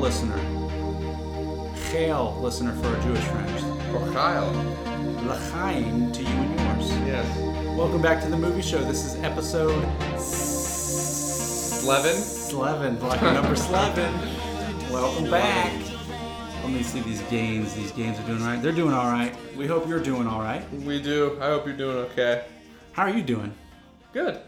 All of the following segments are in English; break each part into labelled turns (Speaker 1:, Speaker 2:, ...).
Speaker 1: listener. Chael, listener for our Jewish friends.
Speaker 2: Or Kyle.
Speaker 1: L'chaim to you and yours.
Speaker 2: Yes.
Speaker 1: Welcome back to the movie show. This is episode Slevin. Slevin, like number Slevin. Welcome back. Let me see these gains. These gains are doing all right. They're doing all right. We hope you're doing all right.
Speaker 2: We do. I hope you're doing okay.
Speaker 1: How are you doing?
Speaker 2: Good.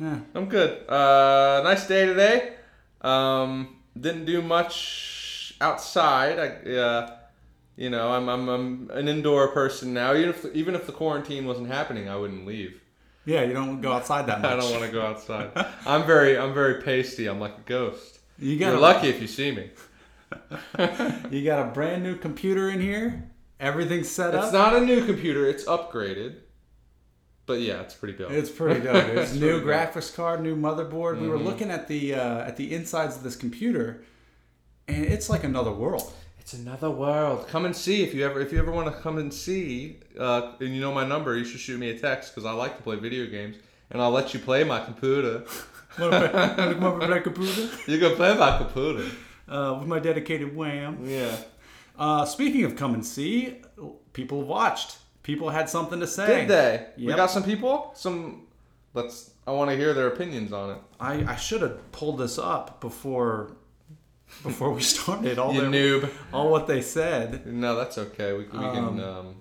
Speaker 1: Yeah.
Speaker 2: I'm good. Uh, nice day today. Um, didn't do much outside. I, uh, you know, I'm, I'm, I'm an indoor person now. Even if, even if the quarantine wasn't happening, I wouldn't leave.
Speaker 1: Yeah, you don't go outside that much.
Speaker 2: I don't want to go outside. I'm very, I'm very pasty. I'm like a ghost.
Speaker 1: You got
Speaker 2: You're
Speaker 1: a-
Speaker 2: lucky if you see me.
Speaker 1: You got a brand new computer in here. Everything's set
Speaker 2: It's
Speaker 1: up.
Speaker 2: not a new computer. It's upgraded. But yeah, it's pretty dope.
Speaker 1: It's pretty dope. dude. It's new
Speaker 2: It's pretty dope. Mm-hmm.
Speaker 1: graphics card, new motherboard. We were looking at the uh, at the insides of this computer, and it's like another world.
Speaker 2: It's another world. Come and see if you ever if you ever want to come and see. Uh, and you know my number. You should shoot me a text because I like to play video games, and I'll let you play my computer.
Speaker 1: Wanna play- wanna come over to that computer?
Speaker 2: you can play my computer.
Speaker 1: Uh, with my dedicated wham.
Speaker 2: Yeah.
Speaker 1: Uh, speaking of come and see, people watched. People had something to say.
Speaker 2: Did they? We
Speaker 1: Yep.
Speaker 2: got some people. Some. Let's. I want to hear their opinions on it.
Speaker 1: I, I should have pulled this up before before we started. All
Speaker 2: You
Speaker 1: their,
Speaker 2: noob.
Speaker 1: all what they said.
Speaker 2: No, that's okay. We, we can. Um,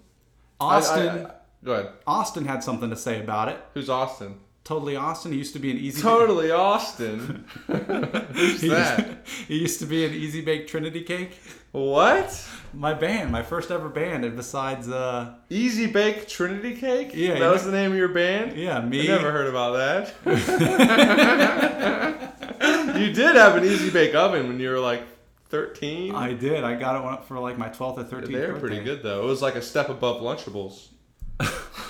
Speaker 2: I- I-
Speaker 1: Austin
Speaker 2: I- go ahead.
Speaker 1: Austin had something to say about it.
Speaker 2: Who's Austin?
Speaker 1: Totally Austin. He used to be an easy
Speaker 2: Totally Austin. Who's
Speaker 1: He used,
Speaker 2: that?
Speaker 1: he used to be an Easy Bake Trinity Cake.
Speaker 2: What?
Speaker 1: My band, my first ever band, and besides, uh,
Speaker 2: Easy Bake Trinity Cake?
Speaker 1: Yeah,
Speaker 2: That
Speaker 1: you
Speaker 2: was
Speaker 1: know-
Speaker 2: the name of your band?
Speaker 1: yeah, me.
Speaker 2: I never heard about that. you did have an easy bake oven when you were like 13.
Speaker 1: I did. I got it one for like my 12th or 13th
Speaker 2: they were pretty good though. It was like a step above Lunchables.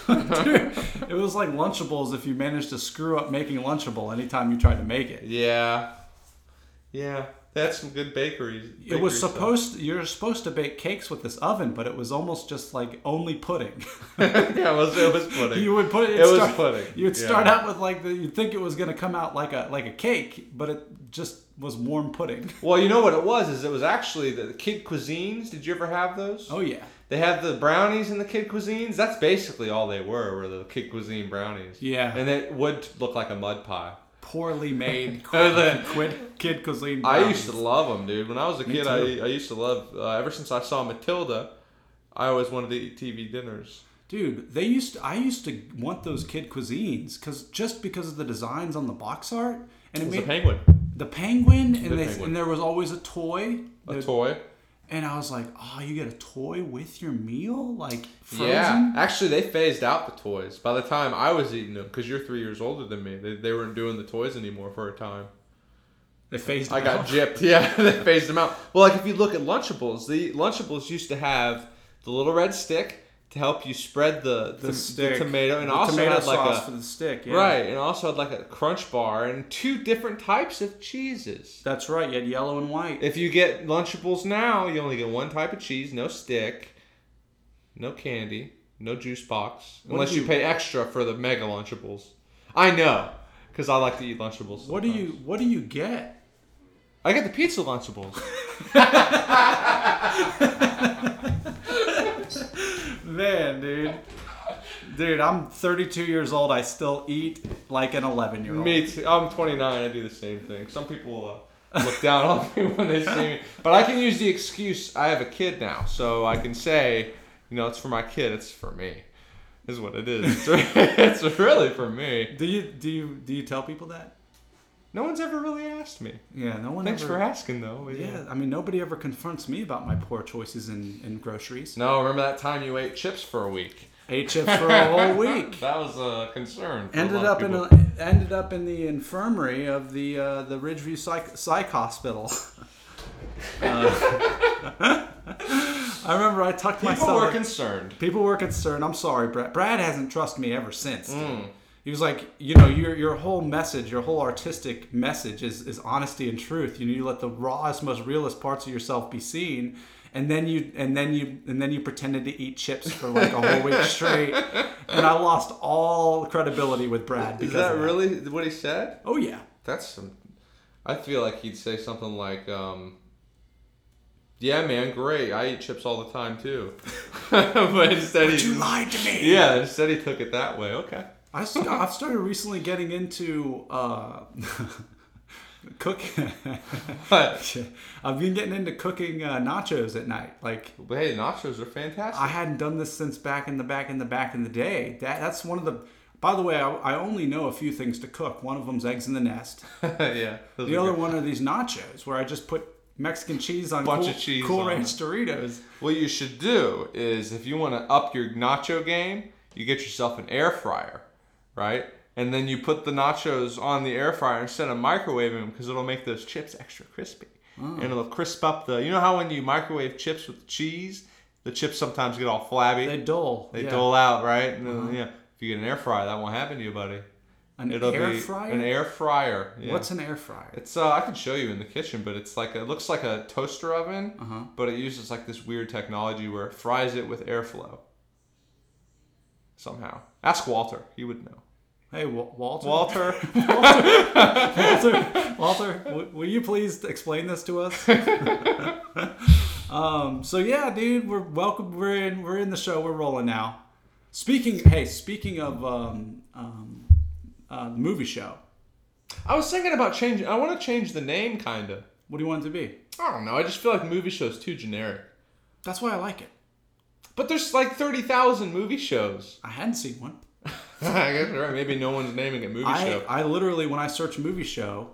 Speaker 1: Dude, it was like Lunchables if you managed to screw up making Lunchable anytime you tried to make it.
Speaker 2: Yeah. Yeah. That's some good bakeries.
Speaker 1: it was
Speaker 2: bakery
Speaker 1: supposed you're supposed to bake cakes with this oven, but it was almost just like only pudding.
Speaker 2: stuff. yeah, it was, it was pudding.
Speaker 1: you would put it.
Speaker 2: It was pudding,
Speaker 1: You'd
Speaker 2: yeah.
Speaker 1: start out with like the, you'd think it was gonna come out like a like a cake, but it just was warm pudding.
Speaker 2: well, you know what it was? Is it was actually the Kid Cuisines. Did you ever have those?
Speaker 1: Oh yeah,
Speaker 2: They have the brownies and the kid cuisines. That's basically all they were, were the kid cuisine brownies.
Speaker 1: Yeah.
Speaker 2: And it would look like a mud pie.
Speaker 1: poorly made
Speaker 2: Oh, the-
Speaker 1: quid, quid, kid cuisine.
Speaker 2: I used to love them, dude. When I was a kid, I,
Speaker 1: too.
Speaker 2: I used to love. Uh, ever since I saw Matilda, I always wanted to eat TV dinners.
Speaker 1: dude. They used to, I used to want those kid cuisines because just because of the designs on the box art and it
Speaker 2: It was a
Speaker 1: made
Speaker 2: penguin,
Speaker 1: the penguin and they,
Speaker 2: penguin.
Speaker 1: and there was always a toy.
Speaker 2: a toy.
Speaker 1: And I was like, oh, you get a toy with your meal, like frozen.
Speaker 2: Yeah, actually, they phased out the toys by the time I was eating them because you're three years older than me. They, they weren't doing the toys anymore for a time.
Speaker 1: They phased.
Speaker 2: I
Speaker 1: it
Speaker 2: got
Speaker 1: out.
Speaker 2: gypped. Yeah, they phased them out. Well, like if you look at Lunchables, the Lunchables used to have the little red stick to help you spread the the,
Speaker 1: the stick,
Speaker 2: the tomato, and
Speaker 1: the
Speaker 2: also
Speaker 1: tomato
Speaker 2: had like
Speaker 1: sauce
Speaker 2: a
Speaker 1: for the stick. Yeah.
Speaker 2: right, and also had like a crunch bar and two different types of cheeses.
Speaker 1: That's right. You had yellow and white.
Speaker 2: If you get Lunchables now, you only get one type of cheese, no stick, no candy, no juice box,
Speaker 1: do
Speaker 2: unless you,
Speaker 1: you-
Speaker 2: pay extra for the mega Lunchables. I know, because I like to eat Lunchables.
Speaker 1: what do
Speaker 2: sometimes.
Speaker 1: you What do you get?
Speaker 2: I got the pizza Lunchables.
Speaker 1: Man, dude, dude, I'm 32 years old. I still eat like an 11 year old.
Speaker 2: Me too. I'm 29. I do the same thing. Some people uh, look down on me when they see me, but I can use the excuse I have a kid now, so I can say, you know, it's for my kid. It's for me. Is what it is. It's, it's really for me.
Speaker 1: Do you do you do you tell people that?
Speaker 2: No one's ever really asked me.
Speaker 1: Yeah, no one.
Speaker 2: Thanks
Speaker 1: ever,
Speaker 2: for asking, though.
Speaker 1: Yeah, I mean, nobody ever confronts me about my poor choices in, in groceries.
Speaker 2: No, remember that time you ate chips for a week?
Speaker 1: Ate chips for a whole week.
Speaker 2: That was a concern. for a
Speaker 1: Ended
Speaker 2: lot of
Speaker 1: up in
Speaker 2: people.
Speaker 1: a, ended up in the infirmary of the uh, the Ridgeview Psych, Psych Hospital. Uh, I remember I tucked my
Speaker 2: People were
Speaker 1: myself.
Speaker 2: concerned.
Speaker 1: People were concerned. I'm sorry, Brad. Brad hasn't trusted me ever since. dude. He was like, you know, your your whole message, your whole artistic message is is honesty and truth. You know, you let the rawest, most realest parts of yourself be seen, and then you and then you and then you pretended to eat chips for like a whole week straight, and I lost all credibility with Brad because
Speaker 2: Is that
Speaker 1: of
Speaker 2: really what he said?
Speaker 1: Oh yeah.
Speaker 2: That's some. I feel like he'd say something like, um, yeah, man, great. I eat chips all the time too. but instead
Speaker 1: You
Speaker 2: he,
Speaker 1: lied to me.
Speaker 2: yeah, instead he took it that way. Okay.
Speaker 1: I st- I've started recently getting into uh, cooking.
Speaker 2: But,
Speaker 1: I've been getting into cooking uh, nachos at night. Like
Speaker 2: but hey, nachos are fantastic.
Speaker 1: I hadn't done this since back in the back in the back in the day. That that's one of the. By the way, I, I only know a few things to cook. One of them's eggs in the nest.
Speaker 2: yeah. those
Speaker 1: The
Speaker 2: are
Speaker 1: other
Speaker 2: good.
Speaker 1: one are these nachos where I just put Mexican cheese on
Speaker 2: Bunch
Speaker 1: cool,
Speaker 2: of cheese
Speaker 1: cool
Speaker 2: on
Speaker 1: ranch Doritos.
Speaker 2: What you should do is if you want to up your nacho game, you get yourself an air fryer, right? And then you put the nachos on the air fryer instead of microwaving them because it'll make those chips extra crispy.
Speaker 1: Mm.
Speaker 2: And it'll crisp up the. You know how when you microwave chips with cheese, the chips sometimes get all flabby?
Speaker 1: They
Speaker 2: They,
Speaker 1: dole. yeah. Uh-huh.
Speaker 2: dole out, right? And then, yeah. If you get an air fryer, that won't happen to you, buddy.
Speaker 1: An
Speaker 2: It'll
Speaker 1: air
Speaker 2: be
Speaker 1: fryer.
Speaker 2: an air fryer. Yeah.
Speaker 1: What's an air fryer?
Speaker 2: It's uh, I can show you in the kitchen, but it's like it looks like a toaster oven,
Speaker 1: Uh-huh.
Speaker 2: but it uses like this weird technology where it fries it with airflow. Somehow, ask Walter; he would know.
Speaker 1: Hey, Wa- Walter.
Speaker 2: Walter,
Speaker 1: Walter, Walter, w- will you please explain this to us? um, so yeah, dude, we're welcome. We're in. We're in the show. We're rolling now. Speaking, hey, speaking of um, um, uh, the movie show,
Speaker 2: I was thinking about changing. I want to change the name, kind of.
Speaker 1: what do you want it to be?
Speaker 2: I don't know. I just feel like movie shows too generic.
Speaker 1: That's why I like it.
Speaker 2: But there's like thirty thousand movie shows.
Speaker 1: I hadn't seen one.
Speaker 2: I guess you're right. Maybe no one's naming it movie
Speaker 1: I,
Speaker 2: show.
Speaker 1: I literally, when I search movie show,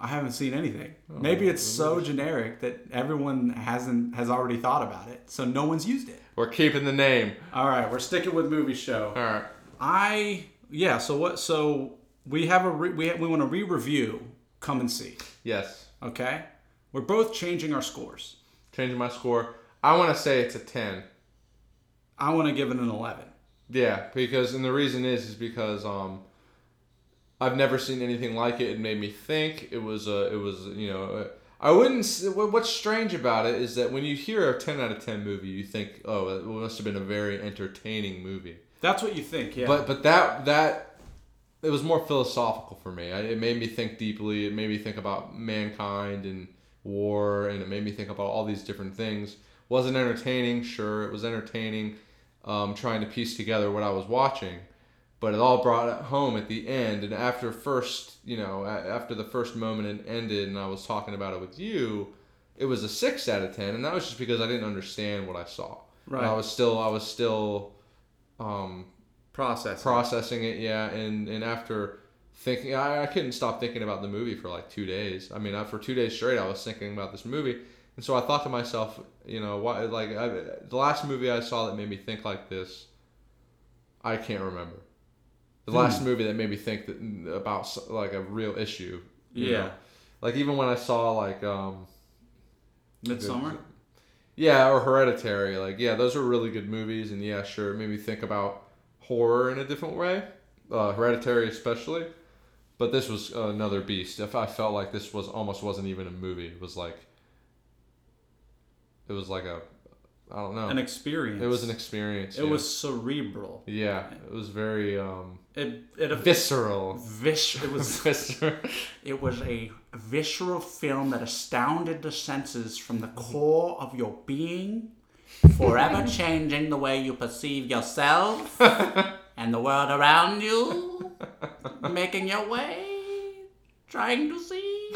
Speaker 1: I haven't seen anything.
Speaker 2: Oh,
Speaker 1: Maybe it's so generic that everyone hasn't has already thought about it, so no one's used it.
Speaker 2: We're keeping the name.
Speaker 1: All right, we're sticking with movie show.
Speaker 2: All right.
Speaker 1: I yeah. So what? So we have a re, we we want to re-review. Come and see.
Speaker 2: Yes.
Speaker 1: Okay. We're both changing our scores.
Speaker 2: Changing my score. I want to say it's a ten.
Speaker 1: I want to give it an eleven.
Speaker 2: Yeah, because and the reason is is because um I've never seen anything like it. It made me think. It was a it was you know uh, I wouldn't. s- what- What's strange about it is that when you hear a ten out of ten movie, you think oh it must have been a very entertaining movie.
Speaker 1: That's what you think, yeah.
Speaker 2: But but that that it was more philosophical for me. I, it made me think deeply. It made me think about mankind and war, and it made me think about all these different things. Wasn't entertaining, sure. It was entertaining, um, trying to piece together what I was watching, but it all brought it home at the end. And after first, you know, a- after the first moment it ended, and I was talking about it with you, it was a six out of ten, and that was just because I didn't understand what I saw.
Speaker 1: Right.
Speaker 2: I was still, I was still. Um,
Speaker 1: process.
Speaker 2: processing it yeah and and after thinking I, I couldn't stop thinking about the movie for like two days i mean I, for two days straight i was thinking about this movie and so i thought to myself you know why like I, the last movie i saw that made me think like this i can't remember the last movie that made me think that, about s- like a real issue you
Speaker 1: Yeah.
Speaker 2: know? like even when i saw like um
Speaker 1: Midsummer.
Speaker 2: yeah, or Hereditary. Like, yeah, those were really good movies, and yeah, sure, it made me think about horror in a different way. Uh, Hereditary, especially. But this was another beast. If I felt like this was almost wasn't even a movie, it was like, it was like a, I don't know.
Speaker 1: An experience.
Speaker 2: it was an experience.
Speaker 1: It
Speaker 2: yeah.
Speaker 1: was cerebral.
Speaker 2: Yeah, it was very um,
Speaker 1: It it a
Speaker 2: visceral.
Speaker 1: vis. It was
Speaker 2: Visceral.
Speaker 1: it was a visceral film that astounded the senses from the core of your being, forever changing the way you perceive yourself and the world around you, making your way, trying to see.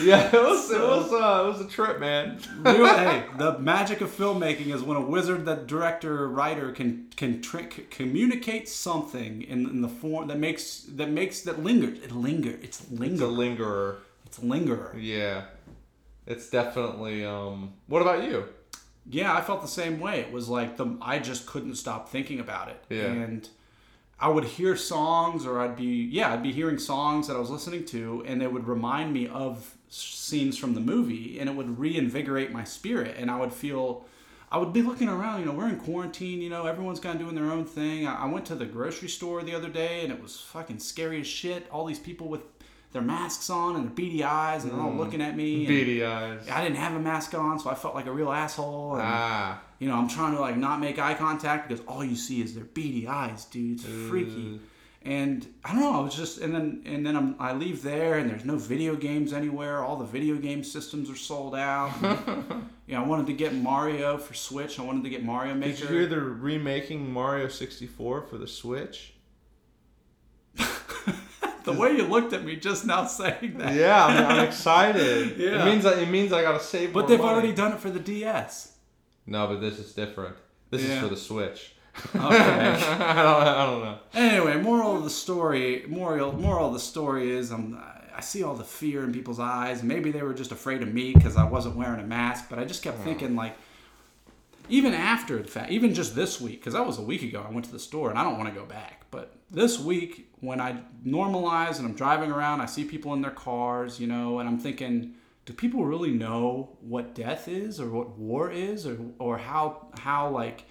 Speaker 2: yeah, it was. It was. Uh, it was a trip, man.
Speaker 1: hey, the magic of filmmaking is when a wizard, that director, writer can can trick communicate something in, in the form that makes that makes that lingers. It linger. It's
Speaker 2: The
Speaker 1: linger.
Speaker 2: lingerer.
Speaker 1: It's lingerer.
Speaker 2: Yeah. It's definitely um what about you?
Speaker 1: yeah, I felt the same way. It was like the I just couldn't stop thinking about it.
Speaker 2: Yeah.
Speaker 1: And I would hear songs or I'd be yeah, I'd be hearing songs that I was listening to and it would remind me of s- scenes from the movie and it would reinvigorate my spirit and I would feel I would be looking around, you know, we're in quarantine, you know, everyone's kind of doing their own thing. I, I went to the grocery store the other day and it was fucking scary as shit. All these people with their masks on and their beady eyes and they're all looking at me. and
Speaker 2: Mm. Beady eyes.
Speaker 1: I didn't have a mask on, so I felt like a real asshole. And,
Speaker 2: Ah.
Speaker 1: you
Speaker 2: Mm.
Speaker 1: know, I'm trying to like not make eye contact because all you see is their beady eyes, dude. It's freaky. And I don't know. I was just and then and then I'm, I leave there and there's no video games anywhere. All the video game systems are sold out. And, you know, I wanted to get Mario for Switch. I wanted to get Mario
Speaker 2: Did you
Speaker 1: Maker.
Speaker 2: hear they're remaking Mario 64 for the Switch?
Speaker 1: the way you looked at me just now saying that.
Speaker 2: Yeah, I'm, I'm excited.
Speaker 1: Yeah.
Speaker 2: It means I, it means I gotta save.
Speaker 1: But
Speaker 2: more
Speaker 1: they've
Speaker 2: money.
Speaker 1: already done it for the DS.
Speaker 2: No, but this is different. This
Speaker 1: Yeah.
Speaker 2: is for the Switch.
Speaker 1: Okay.
Speaker 2: I, don't, I don't know.
Speaker 1: Anyway, moral of the story, moral, moral of the story is I'm, I see all the fear in people's eyes. Maybe they were just afraid of me because I wasn't wearing a mask. But I just kept thinking, like, even after the fact, even just this week, because that was a week ago, I went to the store and I don't want to go back. But this week, when I normalize and I'm driving around, I see people in their cars, you know, and I'm thinking, do people really know what death is or what war is or, or how, how, like,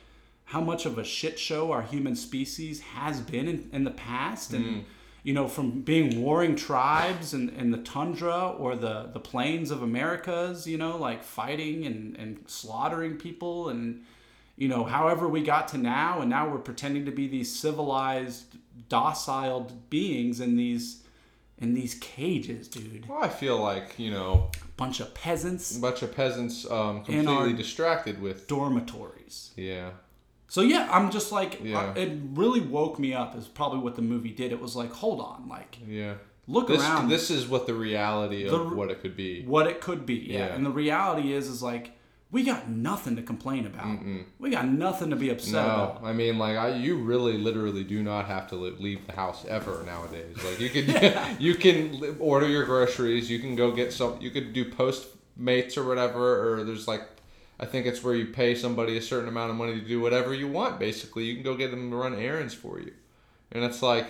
Speaker 1: how much of a shit show our human species has been in, in the past and you know from being warring tribes and, and the tundra or the, the plains of americas you know like fighting and, and slaughtering people and you know however we got to now and now we're pretending to be these civilized docile beings in these in these cages dude
Speaker 2: Well, I feel like you know
Speaker 1: bunch of
Speaker 2: a
Speaker 1: peasants
Speaker 2: bunch of peasants um,
Speaker 1: In our-
Speaker 2: completely distracted with.
Speaker 1: dormitories
Speaker 2: Yeah.
Speaker 1: So yeah, I'm just like
Speaker 2: Yeah.
Speaker 1: I- it really woke me up. Is probably what the movie did. It was like, hold on, like
Speaker 2: Yeah.
Speaker 1: look
Speaker 2: This
Speaker 1: around,
Speaker 2: this is what the reality of
Speaker 1: The-
Speaker 2: what it could be.
Speaker 1: what it could be. Yeah.
Speaker 2: Yeah.
Speaker 1: and the reality is, is like we got nothing to complain about. We got nothing to be upset
Speaker 2: No,
Speaker 1: about.
Speaker 2: I mean, like, I you really, literally do not have to li- leave the house ever nowadays. Like, you could, you can li- order your groceries. You can go get some. You could do Postmates or whatever. Or there's like, I think it's where you pay somebody a certain amount of money to do whatever you want. Basically, you can go get them to run errands for you, and it's like.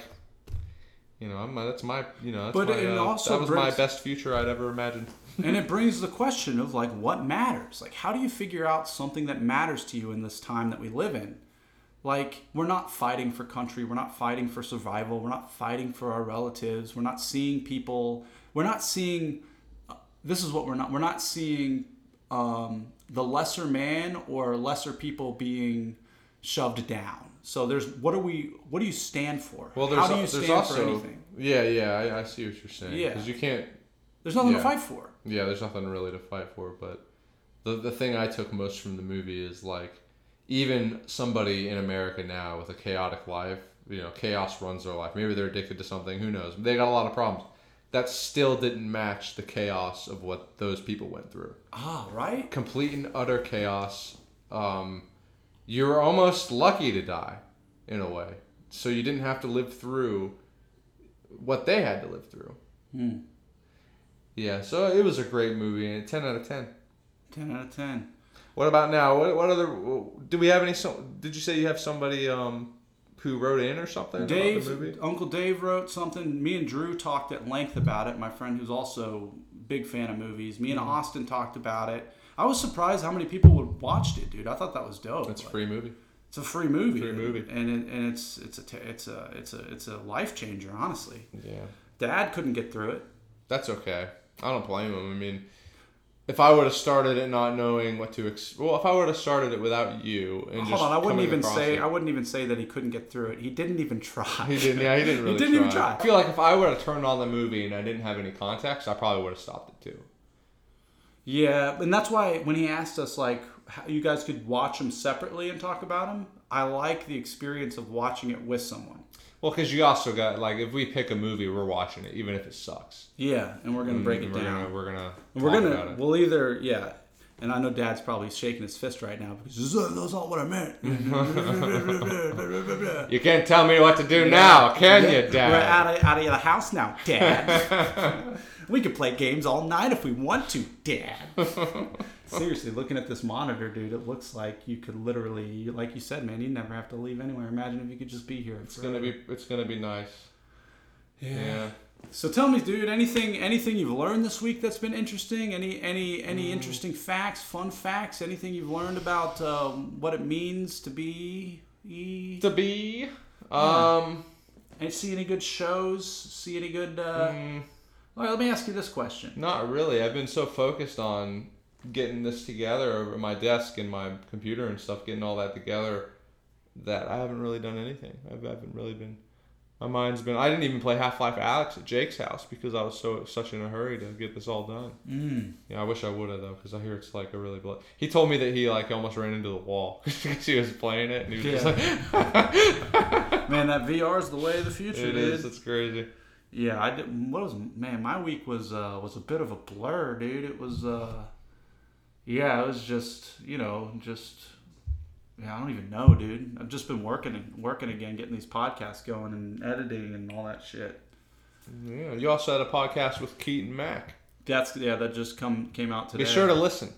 Speaker 2: You know, I'm, that's my, you know, that's
Speaker 1: But
Speaker 2: my,
Speaker 1: it
Speaker 2: uh,
Speaker 1: also
Speaker 2: that was my
Speaker 1: brings-
Speaker 2: best future I'd ever imagined.
Speaker 1: and it brings the question of like what matters. Like how do you figure out something that matters to you in this time that we live in? Like we're not fighting for country, we're not fighting for survival, we're not fighting for our relatives, we're not seeing people, we're not seeing this is what we're not we're not seeing um, the lesser man or lesser people being shoved down so there's what are we what do you stand for
Speaker 2: Well, there's,
Speaker 1: how do you
Speaker 2: there's
Speaker 1: stand
Speaker 2: also,
Speaker 1: for anything
Speaker 2: yeah, yeah, I, I see what you're saying.
Speaker 1: Yeah.
Speaker 2: Because you can't,
Speaker 1: there's nothing to
Speaker 2: yeah.
Speaker 1: fight for
Speaker 2: Yeah, there's nothing really to fight for, but the the thing I took most from the movie is like even somebody in America now with a chaotic life, you know, chaos runs their life. Maybe they're addicted to something, who knows? They got a lot of problems. That still didn't match the chaos of what those people went through.
Speaker 1: ah right
Speaker 2: Complete and utter chaos. Um, you were almost lucky to die in a way. So you didn't have to live through what they had to live through.
Speaker 1: Hmm.
Speaker 2: Yeah, so it was a great movie and 10 out of 10.
Speaker 1: 10 out of 10
Speaker 2: What about now? What, what other do we have any some did you say you have somebody um who wrote in or something
Speaker 1: Dave,
Speaker 2: about the movie?
Speaker 1: Uncle Dave wrote something. Me and Drew talked at length about it. My friend, who's also a big fan of movies, me and
Speaker 2: Mm-hmm.
Speaker 1: Austin talked about it. I was surprised how many people would watched it, dude. I thought that was dope.
Speaker 2: That's a
Speaker 1: Like,
Speaker 2: free movie.
Speaker 1: It's a free movie.
Speaker 2: Free movie.
Speaker 1: and it, and it's it's a t- it's a it's a it's a life changer. Honestly,
Speaker 2: Yeah.
Speaker 1: Dad couldn't get through it.
Speaker 2: That's okay. I don't blame him. I mean, if I would have started it not knowing what to ex- well, if I would have started it without you and
Speaker 1: Hold
Speaker 2: just
Speaker 1: on, I wouldn't
Speaker 2: coming
Speaker 1: even
Speaker 2: across
Speaker 1: say
Speaker 2: it-
Speaker 1: I wouldn't even say that he couldn't get through it. He didn't even try.
Speaker 2: He didn't. Yeah, he didn't really.
Speaker 1: didn't
Speaker 2: try.
Speaker 1: even try.
Speaker 2: I feel like if I would have turned on the movie and I didn't have any context, I probably would have stopped it too.
Speaker 1: Yeah, and that's why when he asked us like how you guys could watch them separately and talk about them, I like the experience of watching it with someone.
Speaker 2: Well, because you also got like if we pick a movie, we're watching it, even if it sucks.
Speaker 1: Yeah, and we're gonna break it
Speaker 2: Mm, we're
Speaker 1: down.
Speaker 2: Gonna, we're gonna.
Speaker 1: And we're
Speaker 2: talk
Speaker 1: gonna
Speaker 2: about it.
Speaker 1: we'll either yeah, and I know Dad's probably shaking his fist right now because that's not what I meant.
Speaker 2: You can't tell me what to do now, can you,
Speaker 1: uh, We're
Speaker 2: Dad?
Speaker 1: out of out of the house now, Dad. we could play games all night if we want to, Dad. Seriously, looking at this monitor, dude, it looks like you could literally, like you said, man, you never have to leave anywhere. Imagine if you could just be here.
Speaker 2: It's gonna be. It's gonna be nice. Yeah.
Speaker 1: So tell me, dude, anything anything you've learned this week that's been interesting? Any any any
Speaker 2: Mm.
Speaker 1: interesting facts, fun facts? Anything you've learned about um, what it means to be? E-
Speaker 2: To be. Um.
Speaker 1: and see any good shows? See any good? Uh...
Speaker 2: mm,
Speaker 1: All right, let me ask you this question.
Speaker 2: Not really. I've been so focused on getting this together over my desk and my computer and stuff, getting all that together, that I haven't really done anything. I've, I haven't really been. My mind's been. I didn't even play Half Life Alex at Jake's house because I was so such in a hurry to get this all done.
Speaker 1: Mm.
Speaker 2: Yeah, I wish I would have though, because I hear it's like a really. Blo- he told me that he like almost ran into the wall because he was playing it, and he was just
Speaker 1: Yeah.
Speaker 2: like,
Speaker 1: Man, that VR is the way of the future,
Speaker 2: "It
Speaker 1: dude.
Speaker 2: is. It's crazy."
Speaker 1: Yeah, I did. What was man? My week was uh, was a bit of a blur, dude. It was uh, yeah, it was just you know just yeah, I don't even know, dude. I've just been working and working again, getting these podcasts going and editing and all that shit.
Speaker 2: Yeah, you also had a podcast with Keaton Mack.
Speaker 1: That's yeah, that just come came out today.
Speaker 2: Be sure to listen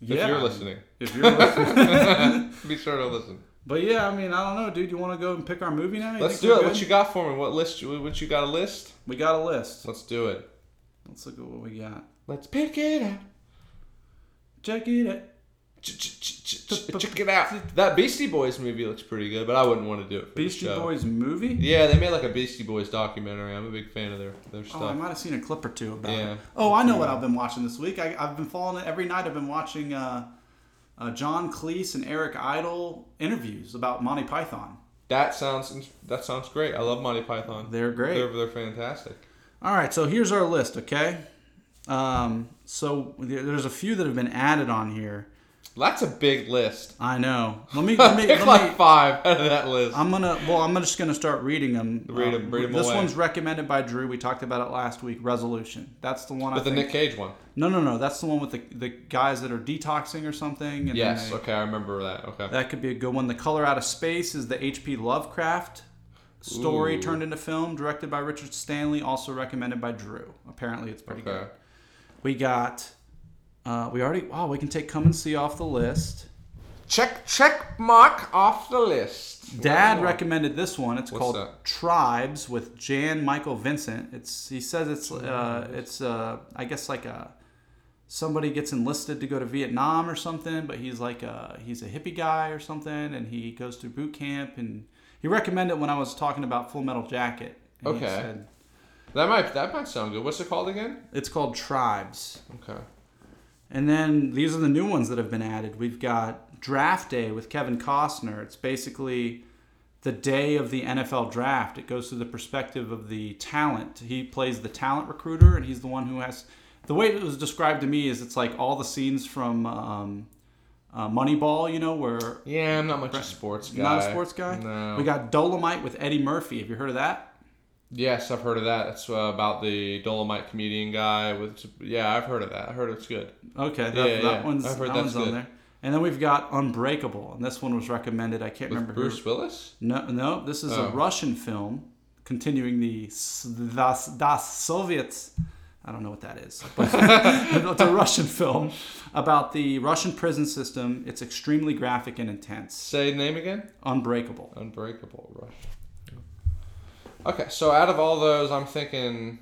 Speaker 1: yeah,
Speaker 2: if you're listening.
Speaker 1: If you're listening.
Speaker 2: Be sure to listen.
Speaker 1: but yeah, I mean, I don't know, dude. You want to go and pick our movie now? You
Speaker 2: Let's
Speaker 1: think
Speaker 2: do
Speaker 1: we're
Speaker 2: it. What
Speaker 1: good?
Speaker 2: you got for me? What list? you- What you got a list?
Speaker 1: we got a list.
Speaker 2: Let's do it.
Speaker 1: Let's look at what we got.
Speaker 2: Let's pick it out.
Speaker 1: Check it out.
Speaker 2: Ch- ch- ch- ch- ch- Check it out. That Beastie Boys movie looks pretty good, but I wouldn't want to do it. For the
Speaker 1: Beastie
Speaker 2: show.
Speaker 1: Boys movie.
Speaker 2: Yeah, they made like a Beastie Boys documentary. I'm a big fan of their their
Speaker 1: Oh, I
Speaker 2: stuff.
Speaker 1: might have seen a clip or two about
Speaker 2: Yeah.
Speaker 1: it. Oh, I know what I've been watching this week. I, I've been following it every night. I've been watching uh, uh, John Cleese and Eric Idle interviews about Monty Python.
Speaker 2: that sounds that sounds great. I love Monty Python.
Speaker 1: They're great.
Speaker 2: They're, they're fantastic.
Speaker 1: All right, so here's our list. Okay, um, so there- there's a few that have been added on here.
Speaker 2: That's a big list.
Speaker 1: I know. Let me. Let me.
Speaker 2: Pick
Speaker 1: let me
Speaker 2: like five out of that list.
Speaker 1: I'm gonna. Well, I'm just gonna start reading them. Um,
Speaker 2: Read 'em- read 'em
Speaker 1: this
Speaker 2: away.
Speaker 1: one's recommended by Drew. We talked about it last week. Resolution. That's the one. I
Speaker 2: But the
Speaker 1: think.
Speaker 2: Nick Cage one.
Speaker 1: no, no, no. That's the one with the, the guys that are detoxing or something. And then
Speaker 2: Yes.
Speaker 1: they-
Speaker 2: Okay, I remember that. Okay.
Speaker 1: That could be a good one. The Color Out of Space is the H.P. Lovecraft story
Speaker 2: Ooh.
Speaker 1: turned into film, directed by Richard Stanley, also recommended by Drew. Apparently, it's pretty
Speaker 2: Okay.
Speaker 1: good. We got, uh, we already, wow, we can take Come and See off the list.
Speaker 2: Check check mark off the list.
Speaker 1: Dad
Speaker 2: Wow.
Speaker 1: recommended this one. It's called
Speaker 2: that?
Speaker 1: Tribes with Jan Michael Vincent. It's he says it's uh, it's uh, I guess like a somebody gets enlisted to go to Vietnam or something, but he's like a, he's a hippie guy or something, and he goes through boot camp. And he recommended when I was talking about Full Metal Jacket. and he
Speaker 2: Okay. That might that might sound good. What's it called again?
Speaker 1: it's called Tribes.
Speaker 2: Okay.
Speaker 1: And then these are the new ones that have been added. We've got Draft Day with Kevin Costner. It's basically the day of the NFL draft. It goes through the perspective of the talent. He plays the talent recruiter, and he's the one who has. The way it was described to me is it's like all the scenes from um, uh, Moneyball, you know, where
Speaker 2: Yeah, I'm not much of a sports guy.
Speaker 1: not a sports guy.
Speaker 2: No.
Speaker 1: We got Dolomite with Eddie Murphy. Have you heard of that?
Speaker 2: Yes, I've heard of that. That's uh, about the Dolomite comedian guy. With yeah, I've heard of that. I heard it's good.
Speaker 1: Okay, that,
Speaker 2: Yeah,
Speaker 1: that
Speaker 2: yeah.
Speaker 1: one's
Speaker 2: I've heard
Speaker 1: that
Speaker 2: that's
Speaker 1: one's on
Speaker 2: good.
Speaker 1: there. And then we've got Unbreakable, and this one was recommended. I can't remember who.
Speaker 2: Bruce Willis.
Speaker 1: No, no, this is a
Speaker 2: Oh.
Speaker 1: Russian film continuing the S- Das, das Soviets. I don't know what that is. But it's a Russian film about the Russian prison system. It's extremely graphic and intense.
Speaker 2: Say name again.
Speaker 1: Unbreakable.
Speaker 2: Unbreakable Rush. Okay, so out of all those, I'm thinking,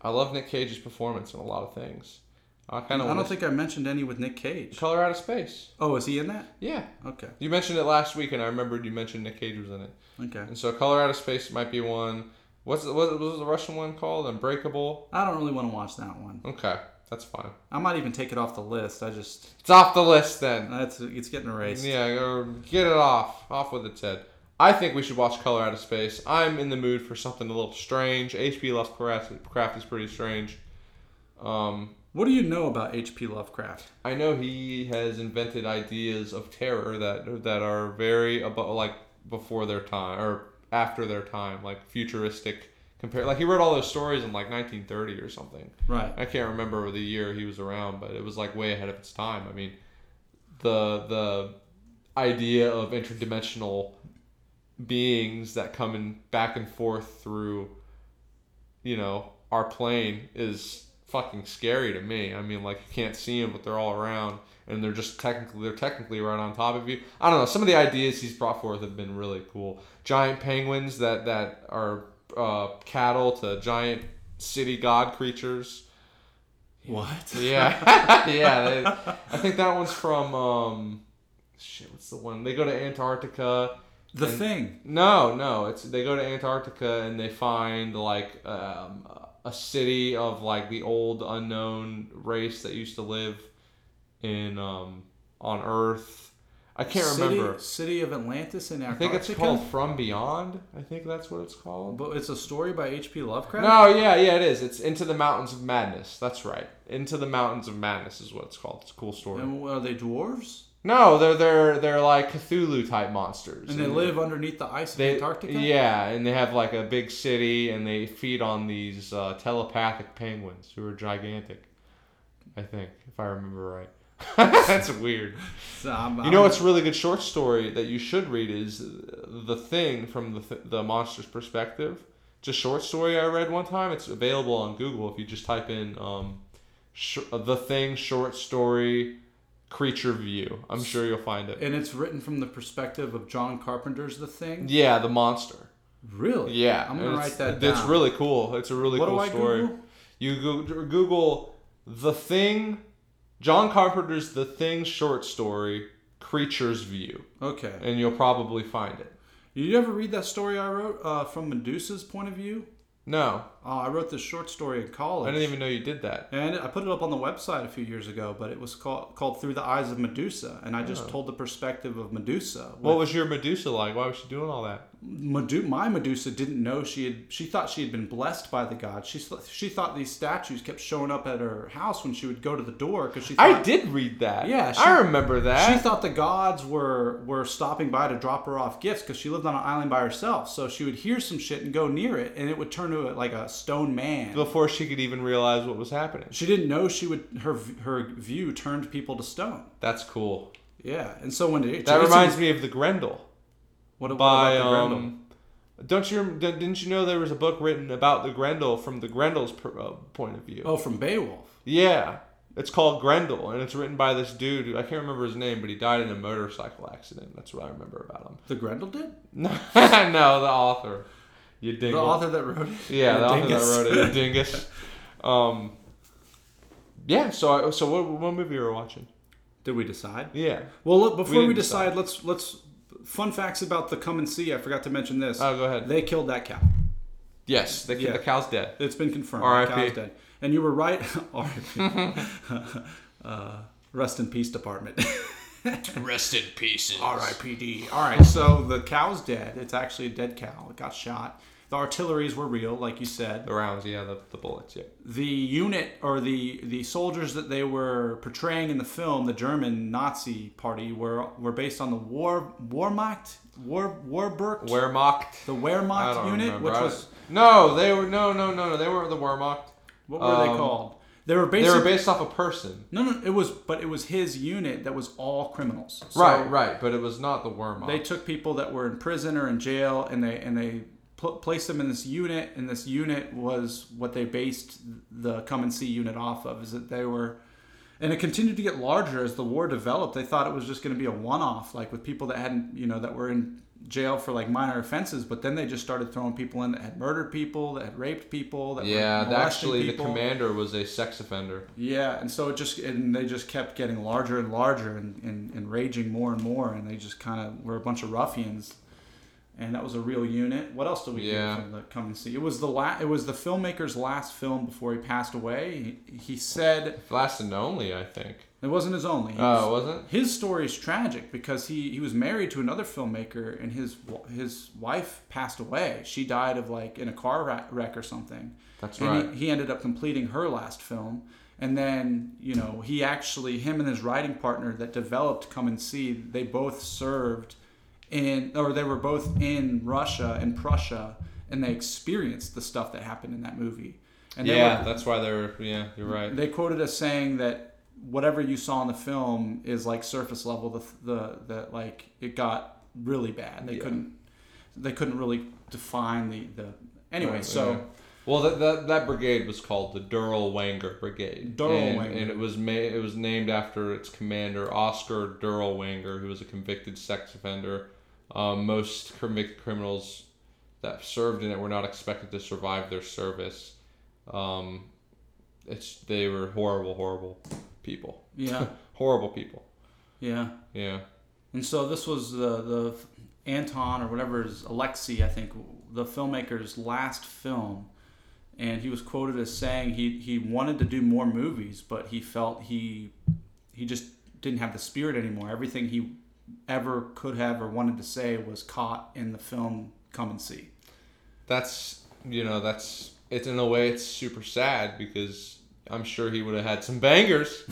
Speaker 2: I love Nick Cage's performance in a lot of things. I
Speaker 1: I
Speaker 2: kind of
Speaker 1: don't
Speaker 2: want
Speaker 1: think I mentioned any with Nick Cage.
Speaker 2: Color Out of Space.
Speaker 1: Oh, is he in that?
Speaker 2: Yeah,
Speaker 1: Okay.
Speaker 2: you mentioned it last week, and I remembered you mentioned Nick Cage was in it.
Speaker 1: Okay.
Speaker 2: And so Color Out of Space might be one. What's the, what was the Russian one called? Unbreakable.
Speaker 1: I don't really want to watch that one.
Speaker 2: Okay, that's fine.
Speaker 1: I might even take it off the list. I just
Speaker 2: It's off the list then.
Speaker 1: that's it's getting erased.
Speaker 2: Yeah, or get it off. Off with its head. I think we should watch Color Out of Space. I'm in the mood for something a little strange. H.P. Lovecraft is pretty strange. Um,
Speaker 1: What do you know about H.P. Lovecraft?
Speaker 2: I know he has invented ideas of terror that that are very about like before their time or after their time, like futuristic. Compare like he wrote all those stories in like 1930 or something.
Speaker 1: Right.
Speaker 2: I can't remember the year he was around, but it was like way ahead of its time. I mean, the the idea of interdimensional beings that come in back and forth through, you know, our plane is fucking scary to me. I mean, like you can't see them, but they're all around, and they're just technically they're technically right on top of you. I don't know. Some of the ideas he's brought forth have been really cool. Giant penguins that that are uh, cattle to giant city god creatures.
Speaker 1: What?
Speaker 2: Yeah, yeah. They, I think that one's from um, shit. What's the one? They go to Antarctica.
Speaker 1: The Thing.
Speaker 2: No, no. It's they go to Antarctica and they find like um, a city of like the old unknown race that used to live in um, on Earth. I can't
Speaker 1: City-
Speaker 2: remember.
Speaker 1: City of Atlantis in
Speaker 2: I think
Speaker 1: Antarctica.
Speaker 2: it's called From Beyond. I think that's what it's called.
Speaker 1: But it's a story by H.P. Lovecraft.
Speaker 2: No, yeah, yeah, it is. It's Into the Mountains of Madness. That's right. Into the Mountains of Madness is what it's called. It's a cool story.
Speaker 1: And are they dwarves?
Speaker 2: No, they're they're they're like Cthulhu type monsters.
Speaker 1: And they live underneath the ice of
Speaker 2: they-
Speaker 1: Antarctica.
Speaker 2: Yeah, and they have like a big city, and they feed on these uh, telepathic penguins who are gigantic. I think, if I remember right. That's weird.
Speaker 1: So I'm-
Speaker 2: You
Speaker 1: I'm-
Speaker 2: know, what's a really good short story that you should read is The Thing from the, th- the monster's perspective. It's a short story I read one time. It's available on Google if you just type in um, sh- The Thing short story creature view. I'm sure you'll find it.
Speaker 1: and it's written from the perspective of John Carpenter's The Thing.
Speaker 2: Yeah, the monster.
Speaker 1: Really?
Speaker 2: Yeah,
Speaker 1: I'm gonna
Speaker 2: it's-
Speaker 1: write that
Speaker 2: It's
Speaker 1: down.
Speaker 2: really cool. It's a really
Speaker 1: What do
Speaker 2: cool
Speaker 1: I
Speaker 2: story.
Speaker 1: Google?
Speaker 2: You go, Google the thing, John Carpenter's The Thing short story, Creature's View,
Speaker 1: Okay.
Speaker 2: and you'll probably find it.
Speaker 1: You ever read that story I wrote uh, from Medusa's point of view?
Speaker 2: No,
Speaker 1: Uh, I wrote this short story in college.
Speaker 2: I didn't even know you did that.
Speaker 1: And I put it up on the website a few years ago, but it was called, called Through the Eyes of Medusa. And I just told the perspective of Medusa.
Speaker 2: Oh. What was your Medusa like? Why was she doing all that?
Speaker 1: Medu- my Medusa didn't know she had. She thought she had been blessed by the gods. She th- she thought these statues kept showing up at her house when she would go to the door because she. Thought,
Speaker 2: I did read that.
Speaker 1: Yeah,
Speaker 2: I
Speaker 1: she-
Speaker 2: remember
Speaker 1: She
Speaker 2: that.
Speaker 1: thought the gods were were stopping by to drop her off gifts because she lived on an island by herself. So she would hear some shit and go near it, and it would turn to a, like a stone man.
Speaker 2: Before she could even realize what was happening.
Speaker 1: She didn't know she would her her view turned people to stone.
Speaker 2: That's cool.
Speaker 1: Yeah, and so when Jason,
Speaker 2: That reminds me of the Grendel.
Speaker 1: what, what
Speaker 2: by
Speaker 1: about the Grendel?
Speaker 2: um, don't you d- didn't you know there was a book written about the Grendel from the Grendel's per, uh, point of view?
Speaker 1: Oh, from Beowulf.
Speaker 2: Yeah, it's called Grendel, and it's written by this dude who I can't remember his name, but he died in a motorcycle accident. That's what I remember about him.
Speaker 1: The Grendel did
Speaker 2: No, no, the author, you
Speaker 1: the
Speaker 2: dingus.
Speaker 1: author that wrote it.
Speaker 2: yeah, the author
Speaker 1: Dingus.
Speaker 2: that wrote it, you dingus. Um, yeah. So I, so what, what movie were we watching?
Speaker 1: Did we decide?
Speaker 2: Yeah.
Speaker 1: Well, look, before we,
Speaker 2: didn't
Speaker 1: decide, let's let's fun facts about the come and see. I forgot to mention this.
Speaker 2: Oh, go ahead.
Speaker 1: they killed that cow.
Speaker 2: Yes, the,
Speaker 1: Yeah.
Speaker 2: the cow's dead.
Speaker 1: It's been confirmed.
Speaker 2: R.I.P..
Speaker 1: The cow's dead. And you were right. R.I.P. uh, rest in peace, department.
Speaker 2: Rest in pieces.
Speaker 1: R.I.P.D. All right, so the cow's dead. It's actually a dead cow. It got shot. The artilleries were real, like you said.
Speaker 2: The rounds, yeah, the, the bullets, yeah.
Speaker 1: the unit or the the soldiers that they were portraying in the film, the German Nazi party, were were based on the War Wehrmacht War Warburg
Speaker 2: Wehrmacht.
Speaker 1: the
Speaker 2: I
Speaker 1: Wehrmacht
Speaker 2: don't
Speaker 1: unit,
Speaker 2: remember.
Speaker 1: which
Speaker 2: I-
Speaker 1: was
Speaker 2: no, they were no, no, no, no. They weren't the Wehrmacht.
Speaker 1: what were they
Speaker 2: Um,
Speaker 1: called? They were
Speaker 2: They
Speaker 1: basically
Speaker 2: were based off a person.
Speaker 1: no, no. It was but it was his unit that was all criminals. So
Speaker 2: right, right, but it was not the Wehrmacht.
Speaker 1: They took people that were in prison or in jail, and they and they pl- placed them in this unit, and this unit was what they based the come and see unit off of. Is that they were, and it continued to get larger as the war developed. They thought it was just going to be a one off, like with people that hadn't, you know, that were in jail for like minor offenses, but then they just started throwing people in that had murdered people, that had raped people, that
Speaker 2: yeah,
Speaker 1: were
Speaker 2: the-
Speaker 1: molesting
Speaker 2: actually,
Speaker 1: people.
Speaker 2: the commander was a sex offender.
Speaker 1: Yeah, and so it just and they just kept getting larger and larger and, and, and raging more and more, and they just kind of were a bunch of ruffians, and that was a real unit. What else did we
Speaker 2: Yeah.
Speaker 1: hear from the come and see? It was the la- it was the filmmaker's last film before he passed away. He, he said
Speaker 2: Last and only, I think.
Speaker 1: it wasn't his only. He
Speaker 2: Oh,
Speaker 1: was-
Speaker 2: it wasn't.
Speaker 1: his story is tragic because he, he was married to another filmmaker and his w- his wife passed away. She died of like in a car ra- wreck or something.
Speaker 2: That's
Speaker 1: and
Speaker 2: right.
Speaker 1: He, he ended up completing her last film, and then you know he actually him and his writing partner that developed Come and See they both served in or they were both in Russia and Prussia and they experienced the stuff that happened in that movie. And they
Speaker 2: Yeah,
Speaker 1: were-
Speaker 2: that's why they were. Yeah, you're right.
Speaker 1: they quoted us saying that whatever you saw in the film is like surface level. The the that like it got really bad. They
Speaker 2: Yeah.
Speaker 1: couldn't they couldn't really define the the anyway.
Speaker 2: Right,
Speaker 1: so
Speaker 2: yeah. Well, that, that that brigade was called the Durl-Wanger Brigade. and,
Speaker 1: Durl-Wanger.
Speaker 2: and it was ma- it was named after its commander Oscar Durl-Wanger, who was a convicted sex offender. Um, most convicted criminals that served in it were not expected to survive their service. Um, it's they were horrible, horrible people,
Speaker 1: yeah,
Speaker 2: horrible people.
Speaker 1: yeah.
Speaker 2: Yeah,
Speaker 1: And so this was the the Anton or whatever is Alexei, I think, the filmmaker's last film, and he was quoted as saying he he wanted to do more movies, but he felt he he just didn't have the spirit anymore. Everything he ever could have or wanted to say was caught in the film Come and See.
Speaker 2: That's you know that's it's in a way it's super sad because I'm sure he would have had some bangers.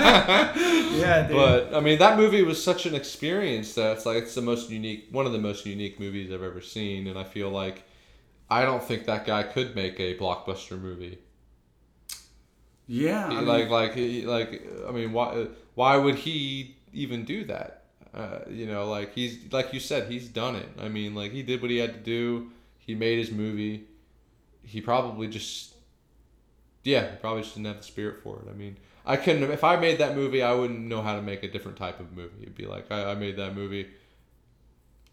Speaker 1: Yeah,
Speaker 2: But I mean, that movie was such an experience that it's like it's the most unique, one of the most unique movies I've ever seen, and I feel like I don't think that guy could make a blockbuster movie.
Speaker 1: yeah, I mean,
Speaker 2: like, like, he- like, I mean, why, why would he even do that? Uh, you know, like he's like you said, he's done it. I mean, like he did what he had to do. He made his movie. He probably just, yeah, he probably just didn't have the spirit for it. I mean, I couldn't. If I made that movie, I wouldn't know how to make a different type of movie. It'd be like I, I made that movie.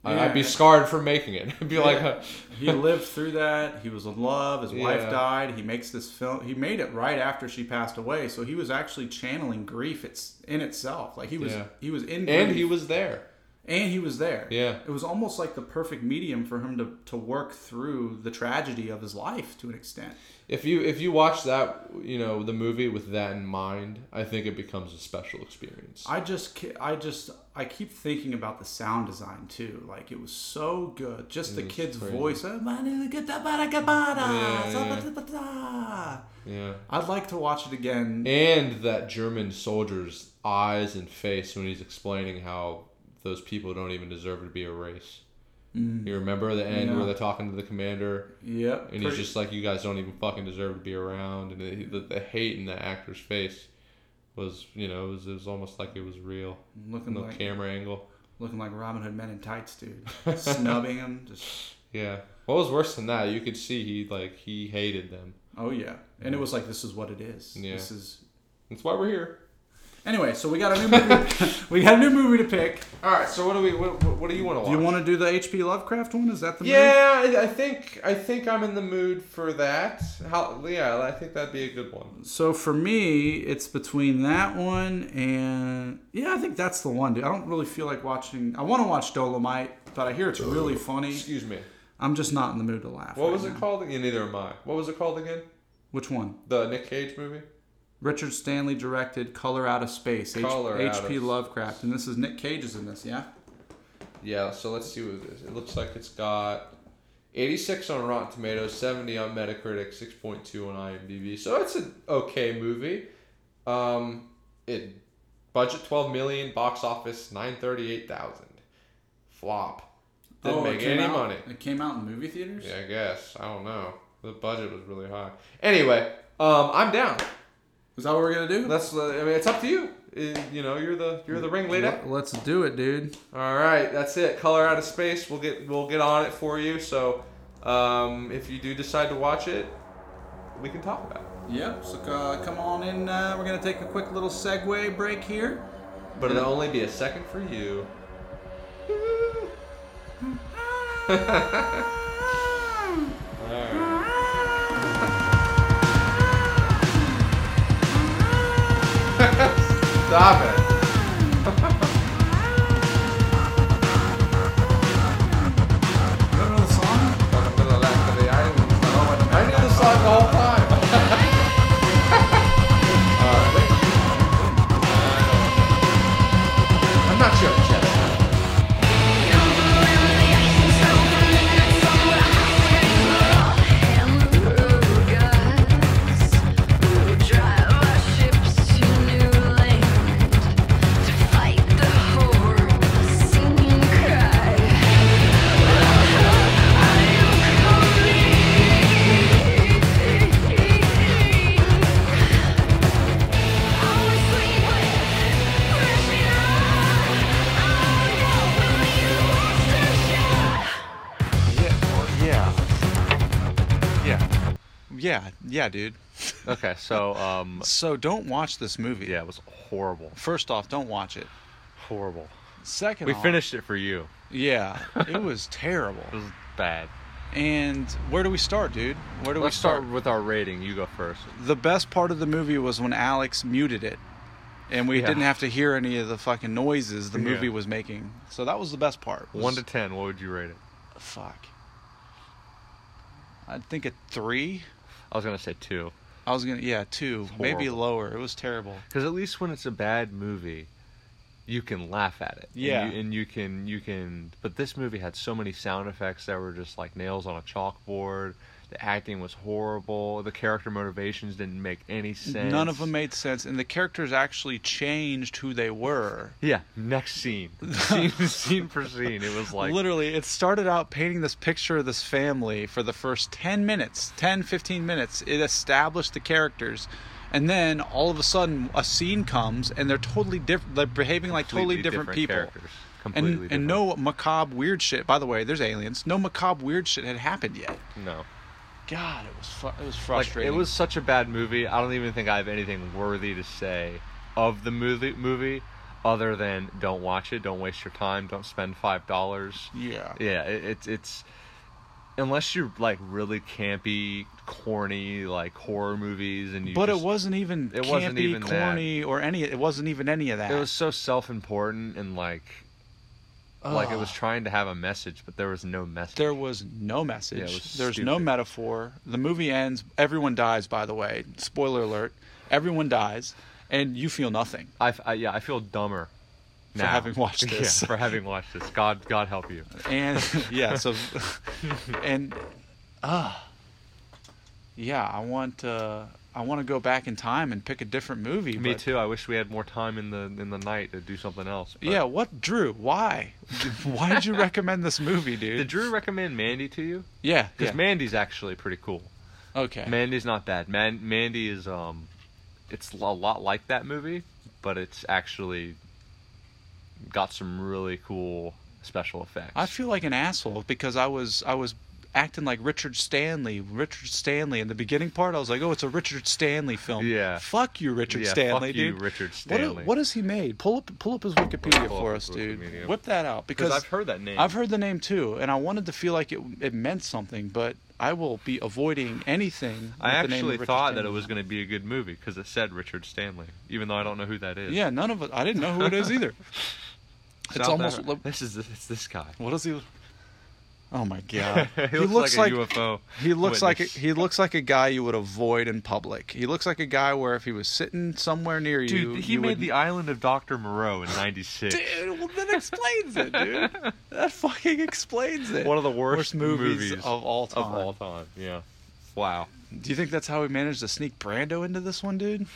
Speaker 2: I I'd be
Speaker 1: Yeah.
Speaker 2: scarred for making it. I'd be like,
Speaker 1: Yeah. he lived through that. He was in love. His wife
Speaker 2: Yeah.
Speaker 1: died. He makes this film. He made it right after she passed away, so he was actually channeling grief. It's in itself. Like he was,
Speaker 2: Yeah.
Speaker 1: he was in,
Speaker 2: and
Speaker 1: grief,
Speaker 2: he was there.
Speaker 1: and he was there.
Speaker 2: Yeah.
Speaker 1: It was almost like the perfect medium for him to, to work through the tragedy of his life to an extent.
Speaker 2: If you if you watch that, you know, the movie with that in mind, I think it becomes a special experience.
Speaker 1: I just, ca- I just, I keep thinking about the sound design too. Like it was so good. Just the
Speaker 2: was
Speaker 1: kid's
Speaker 2: crazy.
Speaker 1: voice. "Oh, my little guitabara gabara,
Speaker 2: Yeah, yeah.
Speaker 1: zabadabada."
Speaker 2: Yeah.
Speaker 1: I'd like to watch it again.
Speaker 2: And that German soldier's eyes and face when he's explaining how those people don't even deserve to be a race. You remember the
Speaker 1: Mm.
Speaker 2: end
Speaker 1: Yeah.
Speaker 2: where they're talking to the commander
Speaker 1: Yep.
Speaker 2: and he's
Speaker 1: pretty-
Speaker 2: just like, "You guys don't even fucking deserve to be around," and the, the, the hate in the actor's face was, you know, it was, it was almost like it was real.
Speaker 1: looking
Speaker 2: No
Speaker 1: like
Speaker 2: camera angle.
Speaker 1: looking like Robin Hood men in tights, dude. Snubbing him. Just
Speaker 2: Yeah. What was worse than that? You could see he like he hated them.
Speaker 1: oh yeah. And it was like this is what it is.
Speaker 2: Yeah.
Speaker 1: This is.
Speaker 2: That's why we're here.
Speaker 1: Anyway, so we got a new movie. we got a new movie to pick.
Speaker 2: All right. So what do we? What, what do you want to watch?
Speaker 1: Do you want to do the H.P. Lovecraft one? Is that the movie?
Speaker 2: yeah, I, I think I think I'm in the mood for that. How? Yeah, I think that'd be a good one.
Speaker 1: So for me, it's between that one and yeah, I think that's the one. Dude, I don't really feel like watching. I want to watch Dolomite, but I hear it's really funny.
Speaker 2: Excuse me.
Speaker 1: I'm just not in the mood to laugh.
Speaker 2: What
Speaker 1: right
Speaker 2: was it
Speaker 1: now.
Speaker 2: called? Yeah, neither am I. What was it called again?
Speaker 1: Which one?
Speaker 2: The Nick Cage movie.
Speaker 1: Richard Stanley directed Color Out of Space, H-
Speaker 2: Color Out
Speaker 1: H.P.
Speaker 2: of-
Speaker 1: Lovecraft, and this is Nick Cage is in this, yeah.
Speaker 2: Yeah. So let's see what it is. It looks like it's got 86 on Rotten Tomatoes, 70 on Metacritic, 6.2 on IMDb. So it's an okay movie. Um, it budget 12 million, box office 938,000. Flop. Didn't
Speaker 1: Oh, it
Speaker 2: make
Speaker 1: came
Speaker 2: any
Speaker 1: out-
Speaker 2: money.
Speaker 1: It came out in movie theaters.
Speaker 2: Yeah, I guess. I don't know. The budget was really high. Anyway, um, I'm down.
Speaker 1: Is that what we're gonna do?
Speaker 2: That's. uh, I mean, it's up to you. Uh, you know, you're the you're the ringleader.
Speaker 1: Let- Let's do it, dude.
Speaker 2: All right, that's it. Color out of space. We'll get we'll get on it for you. So, um, if you do decide to watch it, we can talk about it.
Speaker 1: Yep. So uh, come on in. Uh, we're gonna take a quick little segue break here.
Speaker 2: But it'll only be a second for you. All right. Stop it.
Speaker 1: Remember the song?
Speaker 2: I knew the song the whole time. Alright. I'm not sure, Chester.
Speaker 3: Yeah. Yeah. Yeah, dude.
Speaker 2: Okay, so um,
Speaker 3: So don't watch this movie.
Speaker 2: yeah, it was horrible,
Speaker 3: First off, don't watch it.
Speaker 2: horrible.
Speaker 3: Second
Speaker 2: We
Speaker 3: off,
Speaker 2: finished it for you.
Speaker 3: Yeah, it was terrible.
Speaker 2: It was bad.
Speaker 3: And where do we start, dude? Where do
Speaker 2: Let's
Speaker 3: we
Speaker 2: start with our rating. You go first.
Speaker 3: The best part of the movie was when Alex muted it, and we
Speaker 2: Yeah.
Speaker 3: didn't have to hear any of the fucking noises the
Speaker 2: Yeah.
Speaker 3: movie was making. So that was the best part. was-
Speaker 2: One to ten. What would you rate it?
Speaker 3: fuck. I think a three.
Speaker 2: I was gonna say two,
Speaker 3: I was gonna yeah two, maybe
Speaker 2: horrible.
Speaker 3: lower. It was terrible.
Speaker 2: because at least when it's a bad movie,
Speaker 4: you can laugh at it. And
Speaker 2: Yeah.
Speaker 4: you- and you can you can. But this movie had so many sound effects that were just like nails on a chalkboard. The acting was horrible. The character motivations didn't make any sense.
Speaker 3: None of them made sense, and the characters actually changed who they were.
Speaker 4: Yeah, next scene. Scene, scene for scene. It was like
Speaker 3: Literally, it started out painting this picture of this family for the first 10 minutes, 10, 15 minutes. It established the characters. And then all of a sudden, a scene comes, and they're totally different. They're behaving like totally
Speaker 4: completely
Speaker 3: different, people.
Speaker 4: Characters.
Speaker 3: And,
Speaker 4: Completely different.
Speaker 3: and no macabre weird shit. By the way, there's aliens. No macabre weird shit had happened yet.
Speaker 4: no.
Speaker 3: God, it was fu- it was
Speaker 4: Like,
Speaker 3: frustrating.
Speaker 4: it was such a bad movie. I don't even think I have anything worthy to say of the movie. Movie, other than don't watch it, don't waste your time, don't spend five dollars.
Speaker 3: yeah.
Speaker 4: Yeah, it, it's it's unless you're like really campy, corny, like horror movies, and you.
Speaker 3: But
Speaker 4: just-
Speaker 3: it wasn't even
Speaker 4: It
Speaker 3: campy,
Speaker 4: wasn't even that.
Speaker 3: corny, or any. It wasn't even any of that.
Speaker 4: It was so self-important and like, like it was trying to have a message, but there was no message.
Speaker 3: There was no message.
Speaker 4: Yeah, it was
Speaker 3: There's no
Speaker 4: stupid.
Speaker 3: metaphor. The movie ends. Everyone dies. By the way, spoiler alert: everyone dies, and you feel nothing.
Speaker 4: I, f- I- yeah, I feel dumber.
Speaker 3: For
Speaker 4: now.
Speaker 3: having watched
Speaker 4: Yeah,
Speaker 3: this.
Speaker 4: for having watched this, God, God help you.
Speaker 3: And yeah, so and ah, yeah. I want uh, I want to go back in time and pick a different movie.
Speaker 4: Me
Speaker 3: but-
Speaker 4: too. I wish we had more time in the in the night to do something else. but-
Speaker 3: Yeah. What, Drew? Why? why did you recommend this movie, dude?
Speaker 4: Did Drew recommend Mandy to you?
Speaker 3: yeah.
Speaker 4: Because
Speaker 3: Yeah.
Speaker 4: Mandy's actually pretty cool.
Speaker 3: okay.
Speaker 4: Mandy's not bad. Man, Mandy is um, it's a lot like that movie, but it's actually got some really cool special effects.
Speaker 3: I feel like an asshole because I was I was acting like Richard Stanley. Richard Stanley in the beginning part, I was like, "Oh, it's a Richard Stanley film."
Speaker 4: Yeah.
Speaker 3: Fuck you, Richard
Speaker 4: Yeah, fuck
Speaker 3: Stanley,
Speaker 4: you,
Speaker 3: dude.
Speaker 4: Richard
Speaker 3: What-
Speaker 4: Stanley.
Speaker 3: what has he made? Pull up pull up his Wikipedia
Speaker 4: Pull up
Speaker 3: for
Speaker 4: his
Speaker 3: us, dude.
Speaker 4: Wikipedia.
Speaker 3: Whip that out because
Speaker 4: because I've heard that name.
Speaker 3: I've heard the name too, and I wanted to feel like it it meant something, but I will be avoiding anything.
Speaker 4: I
Speaker 3: with the name of
Speaker 4: actually
Speaker 3: Richard
Speaker 4: thought that
Speaker 3: Stanley.
Speaker 4: it was going to be a good movie because it said Richard Stanley, even though I don't know who that is.
Speaker 3: Yeah, none of us. I didn't know who it is either. it's
Speaker 4: South
Speaker 3: almost.
Speaker 4: Afri-
Speaker 3: like-
Speaker 4: this is it's this guy.
Speaker 3: What does he? Oh my god!
Speaker 4: he, looks like, a UFO.
Speaker 3: He looks like a,
Speaker 4: witness.
Speaker 3: he looks like a guy you would avoid in public. He looks like a guy where if he was sitting somewhere near you,
Speaker 4: Dude, he
Speaker 3: you
Speaker 4: made
Speaker 3: would-
Speaker 4: the Island of Doctor Moreau in '96.
Speaker 3: Dude, well, that explains it, dude. That fucking explains it.
Speaker 4: One of the worst,
Speaker 3: Worst movies of all
Speaker 4: Of
Speaker 3: time.
Speaker 4: all time, yeah. Wow.
Speaker 3: Do you think that's how he managed to sneak Brando into this one, dude?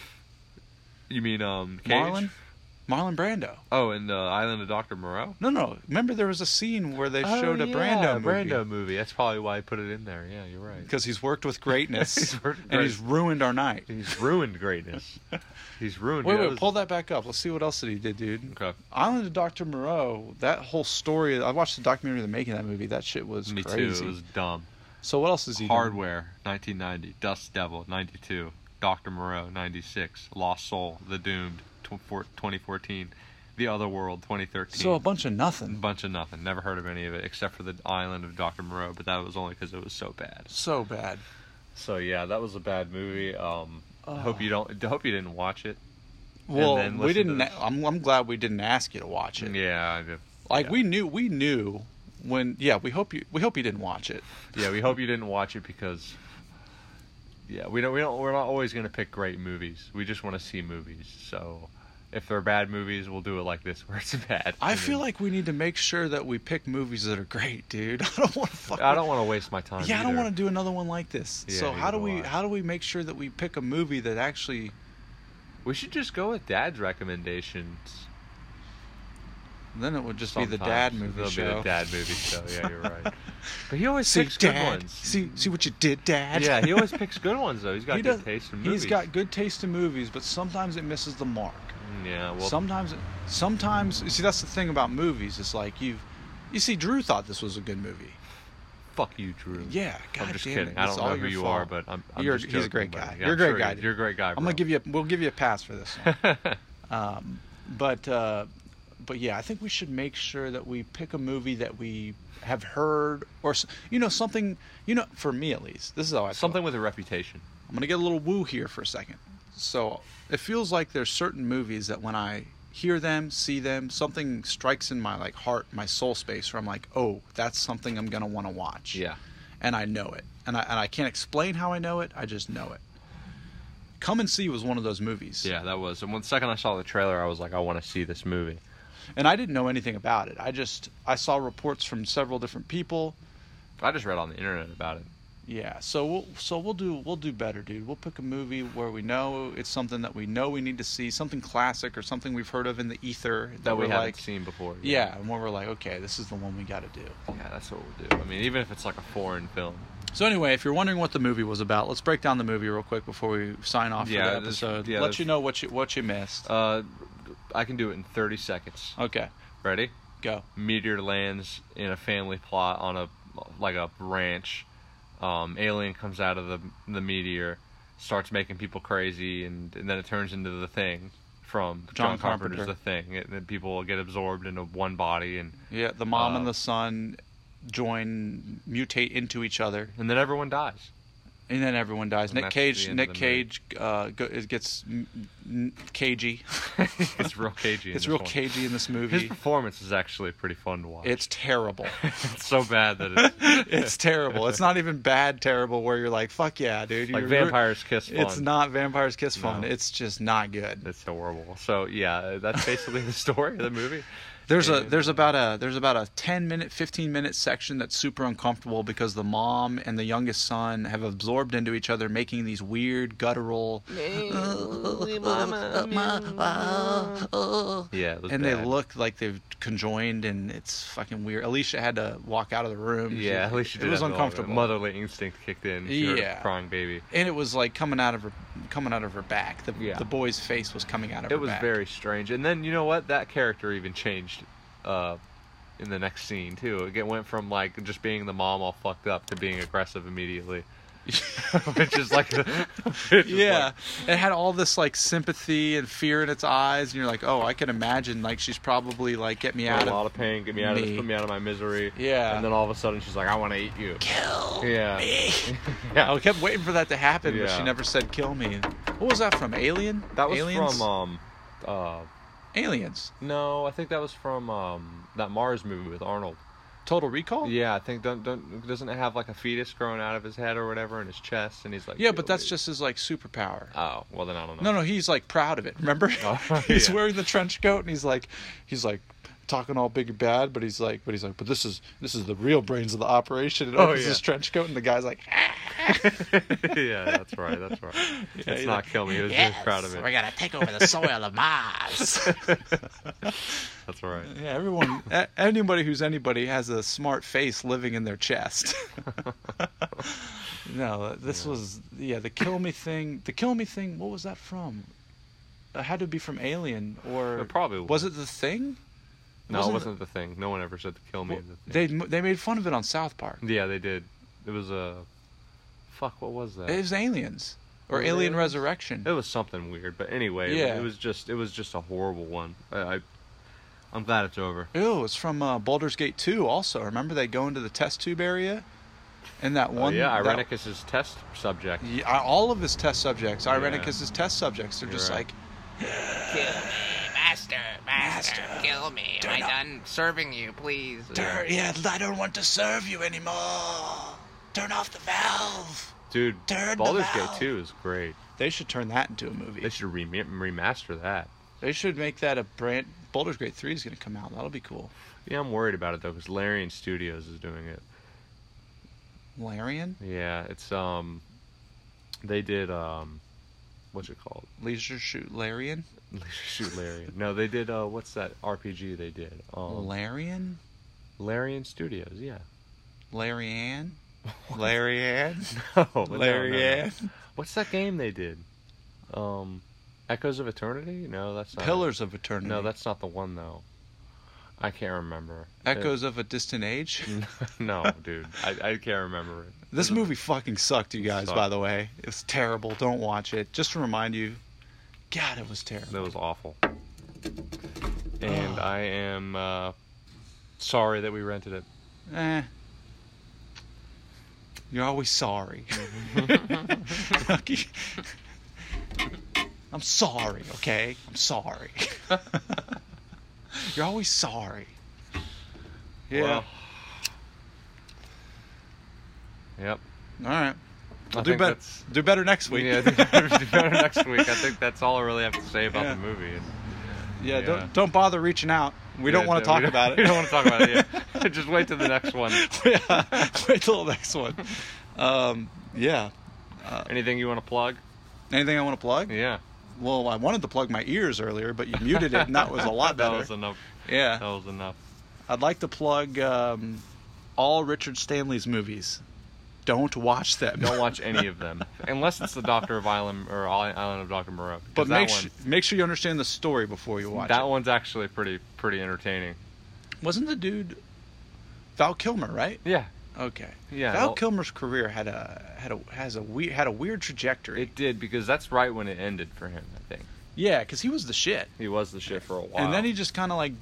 Speaker 4: You mean um Cage?
Speaker 3: Marlon, Marlon Brando.
Speaker 4: Oh, and uh, Island of Doctor Moreau.
Speaker 3: No, no. Remember there was a scene where they showed a Oh, Brando movie.
Speaker 4: Oh, Brando movie. That's probably why I put it in there. Yeah, you're right.
Speaker 3: Because he's worked with greatness,
Speaker 4: He's worked with
Speaker 3: and he's ruined our night.
Speaker 4: He's ruined greatness. He's ruined.
Speaker 3: Wait,
Speaker 4: yeah,
Speaker 3: wait,
Speaker 4: was-
Speaker 3: pull that back up. Let's see what else that he did, dude.
Speaker 4: Okay.
Speaker 3: Island of Dr. Moreau, that whole story, I watched the documentary of the making of that movie. That shit was
Speaker 4: Me
Speaker 3: crazy.
Speaker 4: too. It was dumb.
Speaker 3: So what else is he doing?
Speaker 4: Hardware, 1990. Dust Devil, 92. Dr. Moreau, 96. Lost Soul, The Doomed, tw- four- 2014. The Other World, 2013.
Speaker 3: So a bunch of nothing.
Speaker 4: bunch of nothing. Never heard of any of it except for the island of Dr. Moreau, but that was only because it was so bad.
Speaker 3: So bad.
Speaker 4: So yeah, that was a bad movie. Um, I hope
Speaker 3: Oh.
Speaker 4: you don't. I Hope you didn't watch it.
Speaker 3: Well,
Speaker 4: then listen
Speaker 3: we
Speaker 4: to
Speaker 3: didn't.
Speaker 4: this.
Speaker 3: I'm, I'm glad we didn't ask you to watch it.
Speaker 4: Yeah, I did.
Speaker 3: Like
Speaker 4: yeah.
Speaker 3: we knew, we knew when. Yeah, we hope you. We hope you didn't watch it.
Speaker 4: Yeah, we hope you didn't watch it because. Yeah, we don't. We don't. We're not always gonna pick great movies. We just want to see movies. So, if they're bad movies, we'll do it like this where it's bad.
Speaker 3: I
Speaker 4: And
Speaker 3: feel
Speaker 4: then-
Speaker 3: like we need to make sure that we pick movies that are great, dude. I don't want to fuck.
Speaker 4: I don't want to waste my time.
Speaker 3: Yeah, I don't
Speaker 4: either.
Speaker 3: want to do another one like this.
Speaker 4: Yeah,
Speaker 3: so how do
Speaker 4: neither
Speaker 3: we?
Speaker 4: do I.
Speaker 3: How do we make sure that we pick a movie that actually?
Speaker 4: We should just go with Dad's recommendations.
Speaker 3: Then it would just be the dad
Speaker 4: Sometimes.
Speaker 3: movie
Speaker 4: It'll
Speaker 3: show.
Speaker 4: be the dad movie show. Yeah, you're right. But he always
Speaker 3: See,
Speaker 4: picks
Speaker 3: dad.
Speaker 4: good ones.
Speaker 3: See, see what you did, dad.
Speaker 4: yeah, he always picks good ones though. He's got
Speaker 3: He
Speaker 4: good
Speaker 3: does-
Speaker 4: taste in movies.
Speaker 3: He's got good taste in movies, but sometimes it misses the mark.
Speaker 4: Mm, Yeah, well,
Speaker 3: sometimes, sometimes you see that's the thing about movies. It's like you've, you see, Drew thought this was a good movie.
Speaker 4: fuck you, Drew.
Speaker 3: Yeah, God
Speaker 4: I'm just
Speaker 3: damn
Speaker 4: kidding.
Speaker 3: It,
Speaker 4: I
Speaker 3: it's
Speaker 4: don't
Speaker 3: all
Speaker 4: know who
Speaker 3: your
Speaker 4: you
Speaker 3: fault.
Speaker 4: are, but I'm. I'm
Speaker 3: You're-
Speaker 4: just
Speaker 3: he's
Speaker 4: joking,
Speaker 3: a great
Speaker 4: buddy.
Speaker 3: guy.
Speaker 4: Yeah,
Speaker 3: You're a
Speaker 4: I'm
Speaker 3: great
Speaker 4: sure
Speaker 3: guy,
Speaker 4: you-
Speaker 3: dude.
Speaker 4: You're a great guy.
Speaker 3: I'm gonna give you. A, we'll give you a pass for this. One. um, but uh, but yeah, I think we should make sure that we pick a movie that we have heard or s- you know something. You know, for me at least, this is how I feel.
Speaker 4: something with a reputation.
Speaker 3: I'm gonna get a little woo here for a second. So it feels like there's certain movies that when I hear them, see them, something strikes in my like heart, my soul space, where I'm like, oh, that's something I'm gonna want to watch.
Speaker 4: Yeah.
Speaker 3: And I know it, and I and I can't explain how I know it. I just know it. Come and see was one of those movies.
Speaker 4: Yeah, that was. And when the second I saw the trailer, I was like, I want to see this movie.
Speaker 3: and I didn't know anything about it. I just I saw reports from several different people.
Speaker 4: I just read on the internet about it.
Speaker 3: Yeah, so we'll so we'll do we'll do better, dude. We'll pick a movie where we know it's something that we know we need to see, something classic or something we've heard of in the ether that,
Speaker 4: That, we
Speaker 3: we're
Speaker 4: haven't
Speaker 3: like,
Speaker 4: seen before.
Speaker 3: yeah, and where we're like, okay, this is the one we got to do.
Speaker 4: Yeah, that's what we'll do. I mean, even if it's like a foreign film.
Speaker 3: So anyway, if you're wondering what the movie was about, let's break down the movie real quick before we sign off
Speaker 4: Yeah,
Speaker 3: for the
Speaker 4: this-
Speaker 3: episode.
Speaker 4: yeah,
Speaker 3: Let
Speaker 4: this-
Speaker 3: you know what you what you missed.
Speaker 4: Uh, I can do it in 30 seconds.
Speaker 3: okay,
Speaker 4: Ready?
Speaker 3: go.
Speaker 4: meteor lands in a family plot on a like a ranch. Um, alien comes out of the the meteor, starts making people crazy, and, and then it turns into the thing from John,
Speaker 3: John
Speaker 4: Carpenter's
Speaker 3: Carpenter.
Speaker 4: The Thing. It, then people get absorbed into one body, and
Speaker 3: Yeah, the mom and
Speaker 4: Uh,
Speaker 3: the son join mutate into each other,
Speaker 4: and then everyone dies.
Speaker 3: and then everyone dies.
Speaker 4: And
Speaker 3: Nick
Speaker 4: that's the
Speaker 3: Cage.
Speaker 4: end
Speaker 3: Nick
Speaker 4: of the movie.
Speaker 3: Cage uh, go, it gets mm, mm, cagey.
Speaker 4: it's real cagey. in
Speaker 3: it's
Speaker 4: this
Speaker 3: real
Speaker 4: one.
Speaker 3: cagey in this
Speaker 4: His
Speaker 3: movie.
Speaker 4: performance is actually pretty fun to watch.
Speaker 3: It's terrible.
Speaker 4: It's so bad that it's
Speaker 3: it's terrible. It's not even bad terrible where you're like, fuck yeah, dude.
Speaker 4: like
Speaker 3: you're-
Speaker 4: Vampire's Kiss. Fun.
Speaker 3: It's not Vampire's Kiss fun.
Speaker 4: No.
Speaker 3: It's just not good.
Speaker 4: It's horrible. So yeah, that's basically the story of the movie.
Speaker 3: There's a
Speaker 4: And-
Speaker 3: there's about a there's about a 10 minute 15 minute section that's super uncomfortable because the mom and the youngest son have absorbed into each other making these weird guttural
Speaker 4: Yeah, it was
Speaker 3: and they
Speaker 4: bad.
Speaker 3: look like they've conjoined and it's fucking weird. Alicia had to walk out of the room. She-
Speaker 4: Yeah, at least she did.
Speaker 3: it was
Speaker 4: have the
Speaker 3: uncomfortable.
Speaker 4: Motherly instinct kicked in. She heard a
Speaker 3: Yeah.
Speaker 4: crying baby.
Speaker 3: And it was like coming out of her coming out of her back. The
Speaker 4: Yeah.
Speaker 3: the boy's face was coming out of
Speaker 4: It
Speaker 3: her
Speaker 4: was
Speaker 3: back.
Speaker 4: very strange. And then you know what? That character even changed uh, in the next scene too. It went from like just being the mom all fucked up to being aggressive immediately, which is like, which is
Speaker 3: Yeah,
Speaker 4: like-
Speaker 3: it had all this like sympathy and fear in its eyes, and you're like, oh, I can imagine like she's probably like, get me out
Speaker 4: a lot
Speaker 3: of
Speaker 4: of pain. Get me out of
Speaker 3: me.
Speaker 4: this. Put me out of my misery.
Speaker 3: Yeah.
Speaker 4: And then all of a sudden she's like, I want to eat you. Kill yeah. me.
Speaker 3: I
Speaker 4: yeah.
Speaker 3: kept waiting for that to happen, but she
Speaker 4: Yeah.
Speaker 3: never said "kill me." What was that from? Alien?
Speaker 4: That was
Speaker 3: Aliens?
Speaker 4: from um, uh,
Speaker 3: Aliens.
Speaker 4: no, I think that was from um that Mars movie with Arnold.
Speaker 3: Total Recall.
Speaker 4: Yeah, I think don't, don't doesn't it have like a fetus growing out of his head or whatever in his chest, and he's like.
Speaker 3: Yeah, but that's
Speaker 4: "Yo,
Speaker 3: just his like superpower.
Speaker 4: wait." Oh well, then I don't know.
Speaker 3: No, no, he's like proud of it. Remember,
Speaker 4: Oh,
Speaker 3: he's
Speaker 4: yeah.
Speaker 3: wearing the trench coat, and he's like, he's like talking all big and bad, but he's like, but he's like, but this is this is the real brains of the operation. And
Speaker 4: Oh,
Speaker 3: opens
Speaker 4: yeah.
Speaker 3: his trench coat, and the guy's like, ah,
Speaker 4: yeah, that's right. That's right. it's
Speaker 3: he's
Speaker 4: not
Speaker 3: like,
Speaker 4: kill me. He was
Speaker 5: Yes,
Speaker 4: just proud of
Speaker 5: We're
Speaker 4: it.
Speaker 5: gonna take over the soil of Mars.
Speaker 4: That's right.
Speaker 3: yeah, everyone, a- anybody who's anybody has a smart face living in their chest. no, uh, this was yeah the kill me thing. The kill me thing. What was that from? It had to be from Alien or
Speaker 4: It probably
Speaker 3: was
Speaker 4: was.
Speaker 3: it the thing?
Speaker 4: No,
Speaker 3: wasn't-
Speaker 4: it wasn't the thing. No one ever said to kill me.
Speaker 3: Well,
Speaker 4: in the
Speaker 3: they
Speaker 4: thing.
Speaker 3: they made fun of it on South Park.
Speaker 4: Yeah, they did. It was a. Fuck. What was that?
Speaker 3: It was Aliens or
Speaker 4: Was it
Speaker 3: Alien
Speaker 4: Aliens?
Speaker 3: Resurrection.
Speaker 4: It was something weird, but anyway, yeah.
Speaker 3: Yeah.
Speaker 4: it, was just it was just a horrible one. I, I I'm glad it's over.
Speaker 3: Ew, it's from uh, Baldur's Gate 2 also. Remember they go into the test tube area? And that
Speaker 4: Oh,
Speaker 3: one.
Speaker 4: yeah,
Speaker 3: that-
Speaker 4: Irenicus's test subject.
Speaker 3: Yeah, all of his test subjects, Irenicus's test subjects, they're
Speaker 4: You're
Speaker 3: just
Speaker 4: right.
Speaker 3: like,
Speaker 5: master, master, kill me. Am I done serving you, please?
Speaker 3: "Tur- yeah, I don't want to serve you anymore. Turn off the valve.
Speaker 4: Dude,
Speaker 3: Turn the
Speaker 4: Baldur's Gate
Speaker 3: valve.
Speaker 4: 2 is great.
Speaker 3: They should turn that into a movie.
Speaker 4: They should rem- remaster that.
Speaker 3: They should make that a brand. Baldur's Gate 3 is going to come out. That'll be cool.
Speaker 4: Yeah, I'm worried about it though, because Larian Studios is doing it.
Speaker 3: Larian?
Speaker 4: Yeah, it's um, they did um, what's it called?
Speaker 3: Leisure Shoot Larian?
Speaker 4: Shoot, Larian. No, they did uh, what's that RPG they did? Um,
Speaker 3: Larian?
Speaker 4: Larian Studios. Yeah.
Speaker 3: Larian? Larian?
Speaker 4: Oh, no, no, no.
Speaker 3: Larian?
Speaker 4: What's that game they did? Um, Echoes of Eternity? No, that's not. it.
Speaker 3: Pillars of Eternity.
Speaker 4: No, that's not the one though. I can't remember.
Speaker 3: Echoes of a Distant Age.
Speaker 4: no, dude, I, I can't remember it.
Speaker 3: This movie fucking sucked, you guys. By
Speaker 4: Sucked.
Speaker 3: the way, it's terrible. Don't watch it. Just to remind you, God, it was terrible.
Speaker 4: That was awful. And I am uh, sorry that we rented it.
Speaker 3: Eh. You're always sorry. Okay. I'm sorry. Okay, I'm sorry. You're always sorry. Yeah.
Speaker 4: Well, yep.
Speaker 3: All right. We'll
Speaker 4: I
Speaker 3: do
Speaker 4: think
Speaker 3: better.
Speaker 4: that's-
Speaker 3: Do better next week.
Speaker 4: Yeah, do better next week. I think that's all I really have to say about
Speaker 3: Yeah.
Speaker 4: the movie.
Speaker 3: Yeah,
Speaker 4: Yeah.
Speaker 3: Don't, don't bother reaching out. We don't
Speaker 4: Yeah,
Speaker 3: want
Speaker 4: no,
Speaker 3: to talk
Speaker 4: we don't-
Speaker 3: about
Speaker 4: We
Speaker 3: it.
Speaker 4: don't want to talk about it. Yeah. Just wait till the next one.
Speaker 3: yeah, wait till the next one. Um, yeah. Uh,
Speaker 4: Anything you want to plug?
Speaker 3: Anything I want to plug?
Speaker 4: Yeah.
Speaker 3: Well, I wanted to plug my ears earlier, but you muted it, and that was a lot
Speaker 4: That
Speaker 3: better. Uh.
Speaker 4: was enough.
Speaker 3: yeah.
Speaker 4: That was enough.
Speaker 3: I'd like to plug um, all Richard Stanley's movies. Don't watch them.
Speaker 4: Don't watch any of them unless it's the Doctor of Island or Island of Doctor Moreau. 'cause
Speaker 3: but
Speaker 4: that
Speaker 3: make
Speaker 4: one,
Speaker 3: su- make sure you understand the story before you watch
Speaker 4: that
Speaker 3: it.
Speaker 4: one's actually pretty pretty entertaining.
Speaker 3: Wasn't the dude Val Kilmer, right?
Speaker 4: Yeah,
Speaker 3: Okay.
Speaker 4: Yeah,
Speaker 3: Val
Speaker 4: well-
Speaker 3: Kilmer's career had a had a has a weird had a weird trajectory.
Speaker 4: it did because that's right when it ended for him. I think
Speaker 3: yeah, because he was the shit,
Speaker 4: he was the shit for a while,
Speaker 3: and then he just kind of like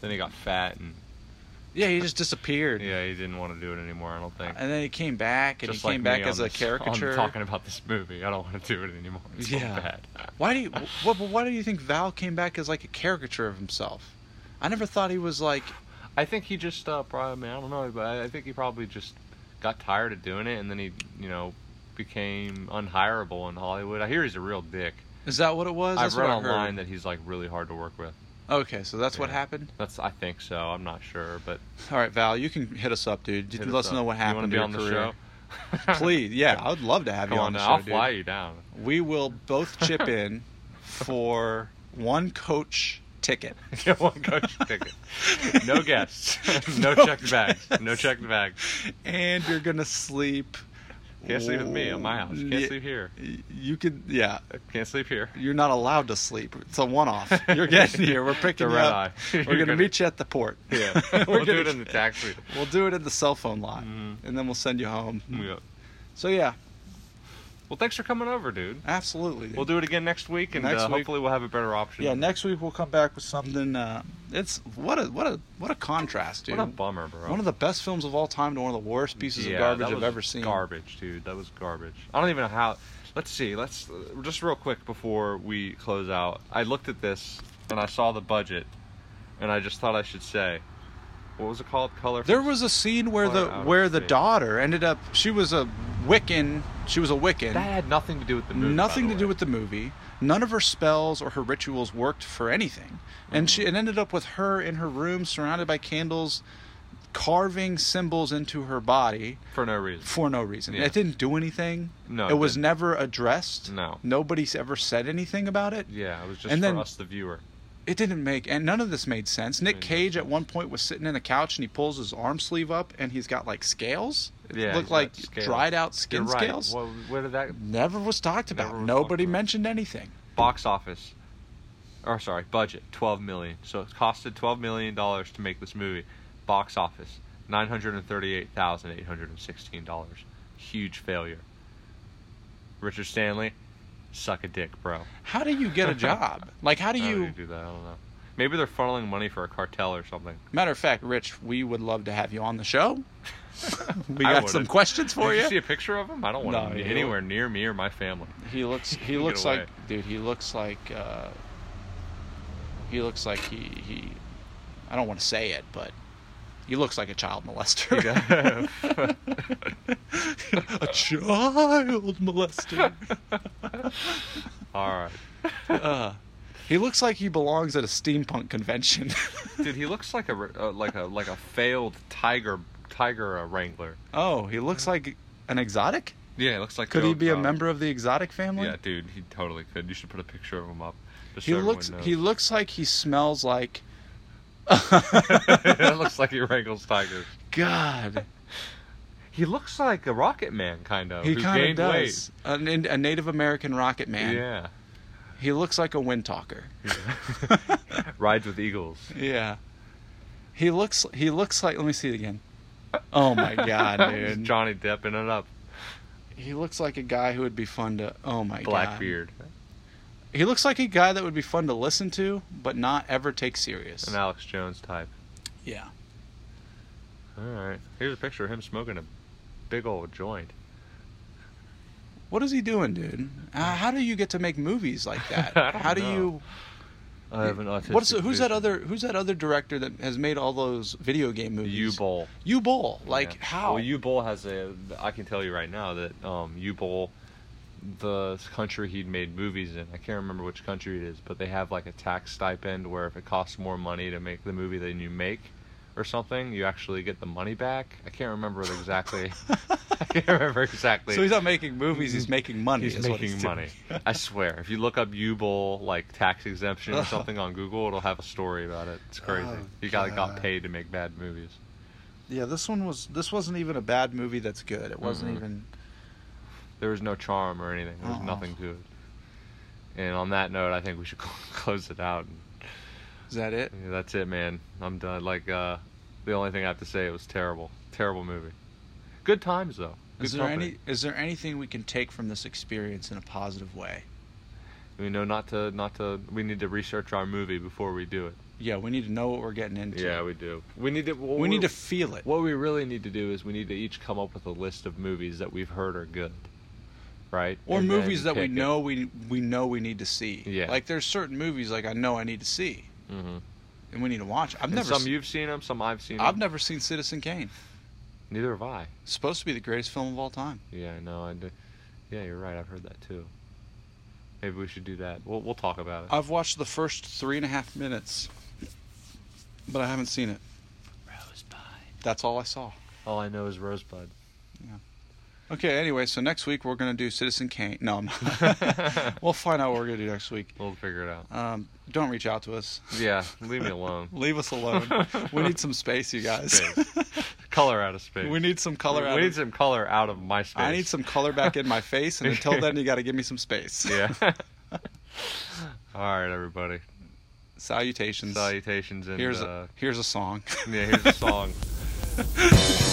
Speaker 4: then he got fat and
Speaker 3: yeah he just disappeared.
Speaker 4: yeah he didn't want to do it anymore. I don't think.
Speaker 3: And then he came back, and
Speaker 4: Just
Speaker 3: he
Speaker 4: like
Speaker 3: came
Speaker 4: me
Speaker 3: back
Speaker 4: on
Speaker 3: as a
Speaker 4: this-
Speaker 3: caricature.
Speaker 4: I'm talking about this movie. I don't want to do it anymore. It's so
Speaker 3: Yeah.
Speaker 4: bad.
Speaker 3: Why do you? What, why do you think Val came back as like a caricature of himself? I never thought he was like.
Speaker 4: I think he just uh, probably. I, mean, I don't know, but I- I think he probably just got tired of doing it, and then he, you know, became unhirable in Hollywood. I hear he's a real dick.
Speaker 3: Is that what it was?
Speaker 4: I've
Speaker 3: That's
Speaker 4: read
Speaker 3: what I
Speaker 4: online that he's like really hard to work with.
Speaker 3: heard. Okay, so that's what
Speaker 4: Yeah.
Speaker 3: happened.
Speaker 4: That's I think so. I'm not sure, but
Speaker 3: All right, Val, you can hit us up, dude.
Speaker 4: hit
Speaker 3: let us
Speaker 4: up.
Speaker 3: know what
Speaker 4: You wanna
Speaker 3: happened to
Speaker 4: be
Speaker 3: your
Speaker 4: on
Speaker 3: career.
Speaker 4: the show.
Speaker 3: Please, yeah, I would love to have
Speaker 4: Come
Speaker 3: you
Speaker 4: on,
Speaker 3: on the
Speaker 4: now,
Speaker 3: show,
Speaker 4: I'll
Speaker 3: dude.
Speaker 4: fly you down.
Speaker 3: We will both chip in for one coach ticket.
Speaker 4: Get one coach ticket. No guests. no,
Speaker 3: No
Speaker 4: checked bags. No
Speaker 3: guests.
Speaker 4: checked bags.
Speaker 3: and you're gonna sleep.
Speaker 4: Can't sleep with me at my house. Can't
Speaker 3: Yeah.
Speaker 4: sleep here.
Speaker 3: You could, yeah.
Speaker 4: Can't sleep here.
Speaker 3: You're not allowed to sleep. It's a one-off. You're getting here. We're picking
Speaker 4: The
Speaker 3: you
Speaker 4: red
Speaker 3: up.
Speaker 4: eye. You're
Speaker 3: We're gonna
Speaker 4: gonna-
Speaker 3: meet you at the port.
Speaker 4: Yeah. we'll do
Speaker 3: gonna- Mm-hmm.
Speaker 4: it in the taxi.
Speaker 3: We'll do it at the cell phone lot, and then we'll send you home.
Speaker 4: Yeah.
Speaker 3: So yeah,
Speaker 4: Well, thanks for coming over, dude.
Speaker 3: absolutely. dude.
Speaker 4: We'll do it again next week, and
Speaker 3: Next
Speaker 4: uh,
Speaker 3: week.
Speaker 4: hopefully we'll have a better option.
Speaker 3: yeah, next week we'll come back with something. Uh, it's what a what a what a contrast, dude.
Speaker 4: What a bummer, bro.
Speaker 3: one of the best films of all time to one of the worst pieces
Speaker 4: Yeah,
Speaker 3: of garbage
Speaker 4: that
Speaker 3: I've
Speaker 4: was
Speaker 3: ever seen.
Speaker 4: Garbage, dude. That was garbage. I don't even know how. Let's see. Let's uh, just real quick before we close out. I looked at this and I saw the budget, and I just thought I should say, what was it called? Color.
Speaker 3: There was a scene where
Speaker 4: Far
Speaker 3: the
Speaker 4: out of
Speaker 3: where the
Speaker 4: shape.
Speaker 3: daughter ended up. She was a Wiccan. She was a Wiccan.
Speaker 4: that had nothing to do with the movie. by
Speaker 3: nothing
Speaker 4: the
Speaker 3: to do
Speaker 4: way.
Speaker 3: with the movie. None of her spells or her rituals worked for anything. And
Speaker 4: Mm.
Speaker 3: she it ended up with her in her room surrounded by candles carving symbols into her body
Speaker 4: for no reason.
Speaker 3: for no reason.
Speaker 4: Yeah.
Speaker 3: It didn't do anything.
Speaker 4: No,
Speaker 3: It,
Speaker 4: it
Speaker 3: was
Speaker 4: didn't.
Speaker 3: never addressed.
Speaker 4: No.
Speaker 3: Nobody's ever said anything about it.
Speaker 4: Yeah, it was just
Speaker 3: And
Speaker 4: for
Speaker 3: then-
Speaker 4: us, the viewer.
Speaker 3: It didn't make and none of this made sense. Nick Cage at one point was sitting in a couch and he pulls his arm sleeve up and he's got like scales. It
Speaker 4: Yeah, he's
Speaker 3: looked
Speaker 4: got
Speaker 3: like
Speaker 4: scales.
Speaker 3: dried out skin
Speaker 4: You're right.
Speaker 3: scales.
Speaker 4: What, where did that
Speaker 3: Never was talked about.
Speaker 4: Never was talked
Speaker 3: Nobody
Speaker 4: about.
Speaker 3: mentioned anything.
Speaker 4: box office or sorry budget 12 million so it costed 12 million dollars to make this movie box office 938,816 dollars huge failure Richard Stanley suck a dick bro
Speaker 3: How do you get a job? Like, how do
Speaker 4: how do
Speaker 3: you?
Speaker 4: you do that I don't know maybe they're funneling money for a cartel or something
Speaker 3: Matter of fact, Rich, we would love to have you on the show. we
Speaker 4: I
Speaker 3: got some
Speaker 4: wouldn't.
Speaker 3: questions for
Speaker 4: did you see
Speaker 3: you.
Speaker 4: a picture of him I don't want
Speaker 3: No,
Speaker 4: him
Speaker 3: you-
Speaker 4: anywhere near me or my family
Speaker 3: He looks. He
Speaker 4: Get
Speaker 3: looks
Speaker 4: away.
Speaker 3: like, dude. He looks like. Uh, he looks like he he. I don't want to say it, but he looks like a child molester. a child molester.
Speaker 4: all right
Speaker 3: Uh, he looks like he belongs at a steampunk convention.
Speaker 4: dude he looks like a r- uh, like a like a failed tiger tiger uh, wrangler
Speaker 3: oh, he looks like an exotic.
Speaker 4: yeah he looks like
Speaker 3: Could he
Speaker 4: Joe
Speaker 3: be a
Speaker 4: Exotic.
Speaker 3: member of the exotic family?
Speaker 4: Yeah, dude, he totally could. You should put a picture of him up. Just
Speaker 3: He
Speaker 4: so everyone
Speaker 3: looks
Speaker 4: knows.
Speaker 3: he looks like he smells like
Speaker 4: that looks like he wrangles tigers.
Speaker 3: God.
Speaker 4: He looks like a rocket man, kind of.
Speaker 3: He
Speaker 4: who's
Speaker 3: kind
Speaker 4: gained
Speaker 3: of does. A, a Native American rocket man.
Speaker 4: Weight. Yeah,
Speaker 3: He looks like a wind talker.
Speaker 4: rides with eagles.
Speaker 3: Yeah. He looks he looks like let me see it again. Oh my god,
Speaker 4: It's
Speaker 3: dude.
Speaker 4: Johnny Depp in it up.
Speaker 3: He looks like a guy who would be fun to Oh my god.
Speaker 4: Blackbeard
Speaker 3: He looks like a guy that would be fun to listen to but not ever take serious.
Speaker 4: an Alex Jones type.
Speaker 3: Yeah.
Speaker 4: All right, here's a picture of him smoking a big old joint.
Speaker 3: What is he doing, dude? Uh, how do you get to make movies like that?
Speaker 4: I don't
Speaker 3: how do
Speaker 4: know.
Speaker 3: you
Speaker 4: I have an autistic.
Speaker 3: What's who's that
Speaker 4: vision.
Speaker 3: other who's that other director that has made all those video game movies?
Speaker 4: U Bowl?
Speaker 3: U Bowl. Like
Speaker 4: Yeah.
Speaker 3: how?
Speaker 4: Well, U Bowl has a. I can tell you right now that um, U Bowl the country he'd made movies in. I can't remember which country it is, but they have like a tax stipend where if it costs more money to make the movie than you make or something, you actually get the money back. I can't remember it exactly. I can't remember exactly.
Speaker 3: So he's not making movies; he's making money.
Speaker 4: He's
Speaker 3: is what
Speaker 4: making
Speaker 3: doing.
Speaker 4: money. I swear. If you look up U-Bowl like tax exemption or something on Google, it'll have a story about it. It's crazy.
Speaker 3: Oh,
Speaker 4: he got got
Speaker 3: God.
Speaker 4: paid to make bad movies.
Speaker 3: Yeah, this one was. This wasn't even a bad movie. That's good. It wasn't
Speaker 4: Mhm.
Speaker 3: even.
Speaker 4: There was no charm or anything. There was
Speaker 3: Oh.
Speaker 4: nothing to it. And on that note, I think we should close it out.
Speaker 3: Is that it?
Speaker 4: Yeah, that's it, man. I'm done. Like uh, the only thing I have to say, it was terrible. Terrible movie. Good times though. Good
Speaker 3: Is there
Speaker 4: company.
Speaker 3: any? Is there anything we can take from this experience in a positive way?
Speaker 4: We know not to not to. We need to research our movie before we do it.
Speaker 3: Yeah, we need to know what we're getting into.
Speaker 4: Yeah, we do. We need to. well,
Speaker 3: we need
Speaker 4: we're-
Speaker 3: to feel it.
Speaker 4: What we really need to do is we need to each come up with a list of movies that we've heard are good, right?
Speaker 3: or
Speaker 4: And
Speaker 3: movies
Speaker 4: then
Speaker 3: that we
Speaker 4: pick it.
Speaker 3: know we we know we need to see.
Speaker 4: Yeah.
Speaker 3: Like there's certain movies like I know I need to see,
Speaker 4: Mhm.
Speaker 3: and we need to watch. I've
Speaker 4: And
Speaker 3: never.
Speaker 4: some
Speaker 3: s-
Speaker 4: you've seen them, some I've seen.
Speaker 3: I've
Speaker 4: 'em.
Speaker 3: never seen Citizen Kane.
Speaker 4: Neither have I.
Speaker 3: It's supposed to be the greatest film of all time.
Speaker 4: Yeah, I know. I d- yeah, you're right. I've heard that too. Maybe we should do that. We'll we'll talk about it.
Speaker 3: I've watched the first three and a half minutes, but I haven't seen it.
Speaker 4: Rosebud.
Speaker 3: That's all I saw.
Speaker 4: All I know is Rosebud.
Speaker 3: Okay, anyway, so next week we're going to do Citizen Kane. No, I'm not. we'll find out what we're going to do next week.
Speaker 4: We'll figure it out.
Speaker 3: Um, don't reach out to us.
Speaker 4: Yeah, leave me alone.
Speaker 3: Leave us alone. we need some space, you guys.
Speaker 4: Space. color out of space.
Speaker 3: we need some color
Speaker 4: We
Speaker 3: out.
Speaker 4: need
Speaker 3: of,
Speaker 4: some color out of my space.
Speaker 3: I need some color back in my face, and until then, you got to give me some space.
Speaker 4: Yeah. All right, everybody.
Speaker 3: Salutations.
Speaker 4: Salutations and
Speaker 3: here's
Speaker 4: uh,
Speaker 3: a, here's a song.
Speaker 4: yeah, here's a song.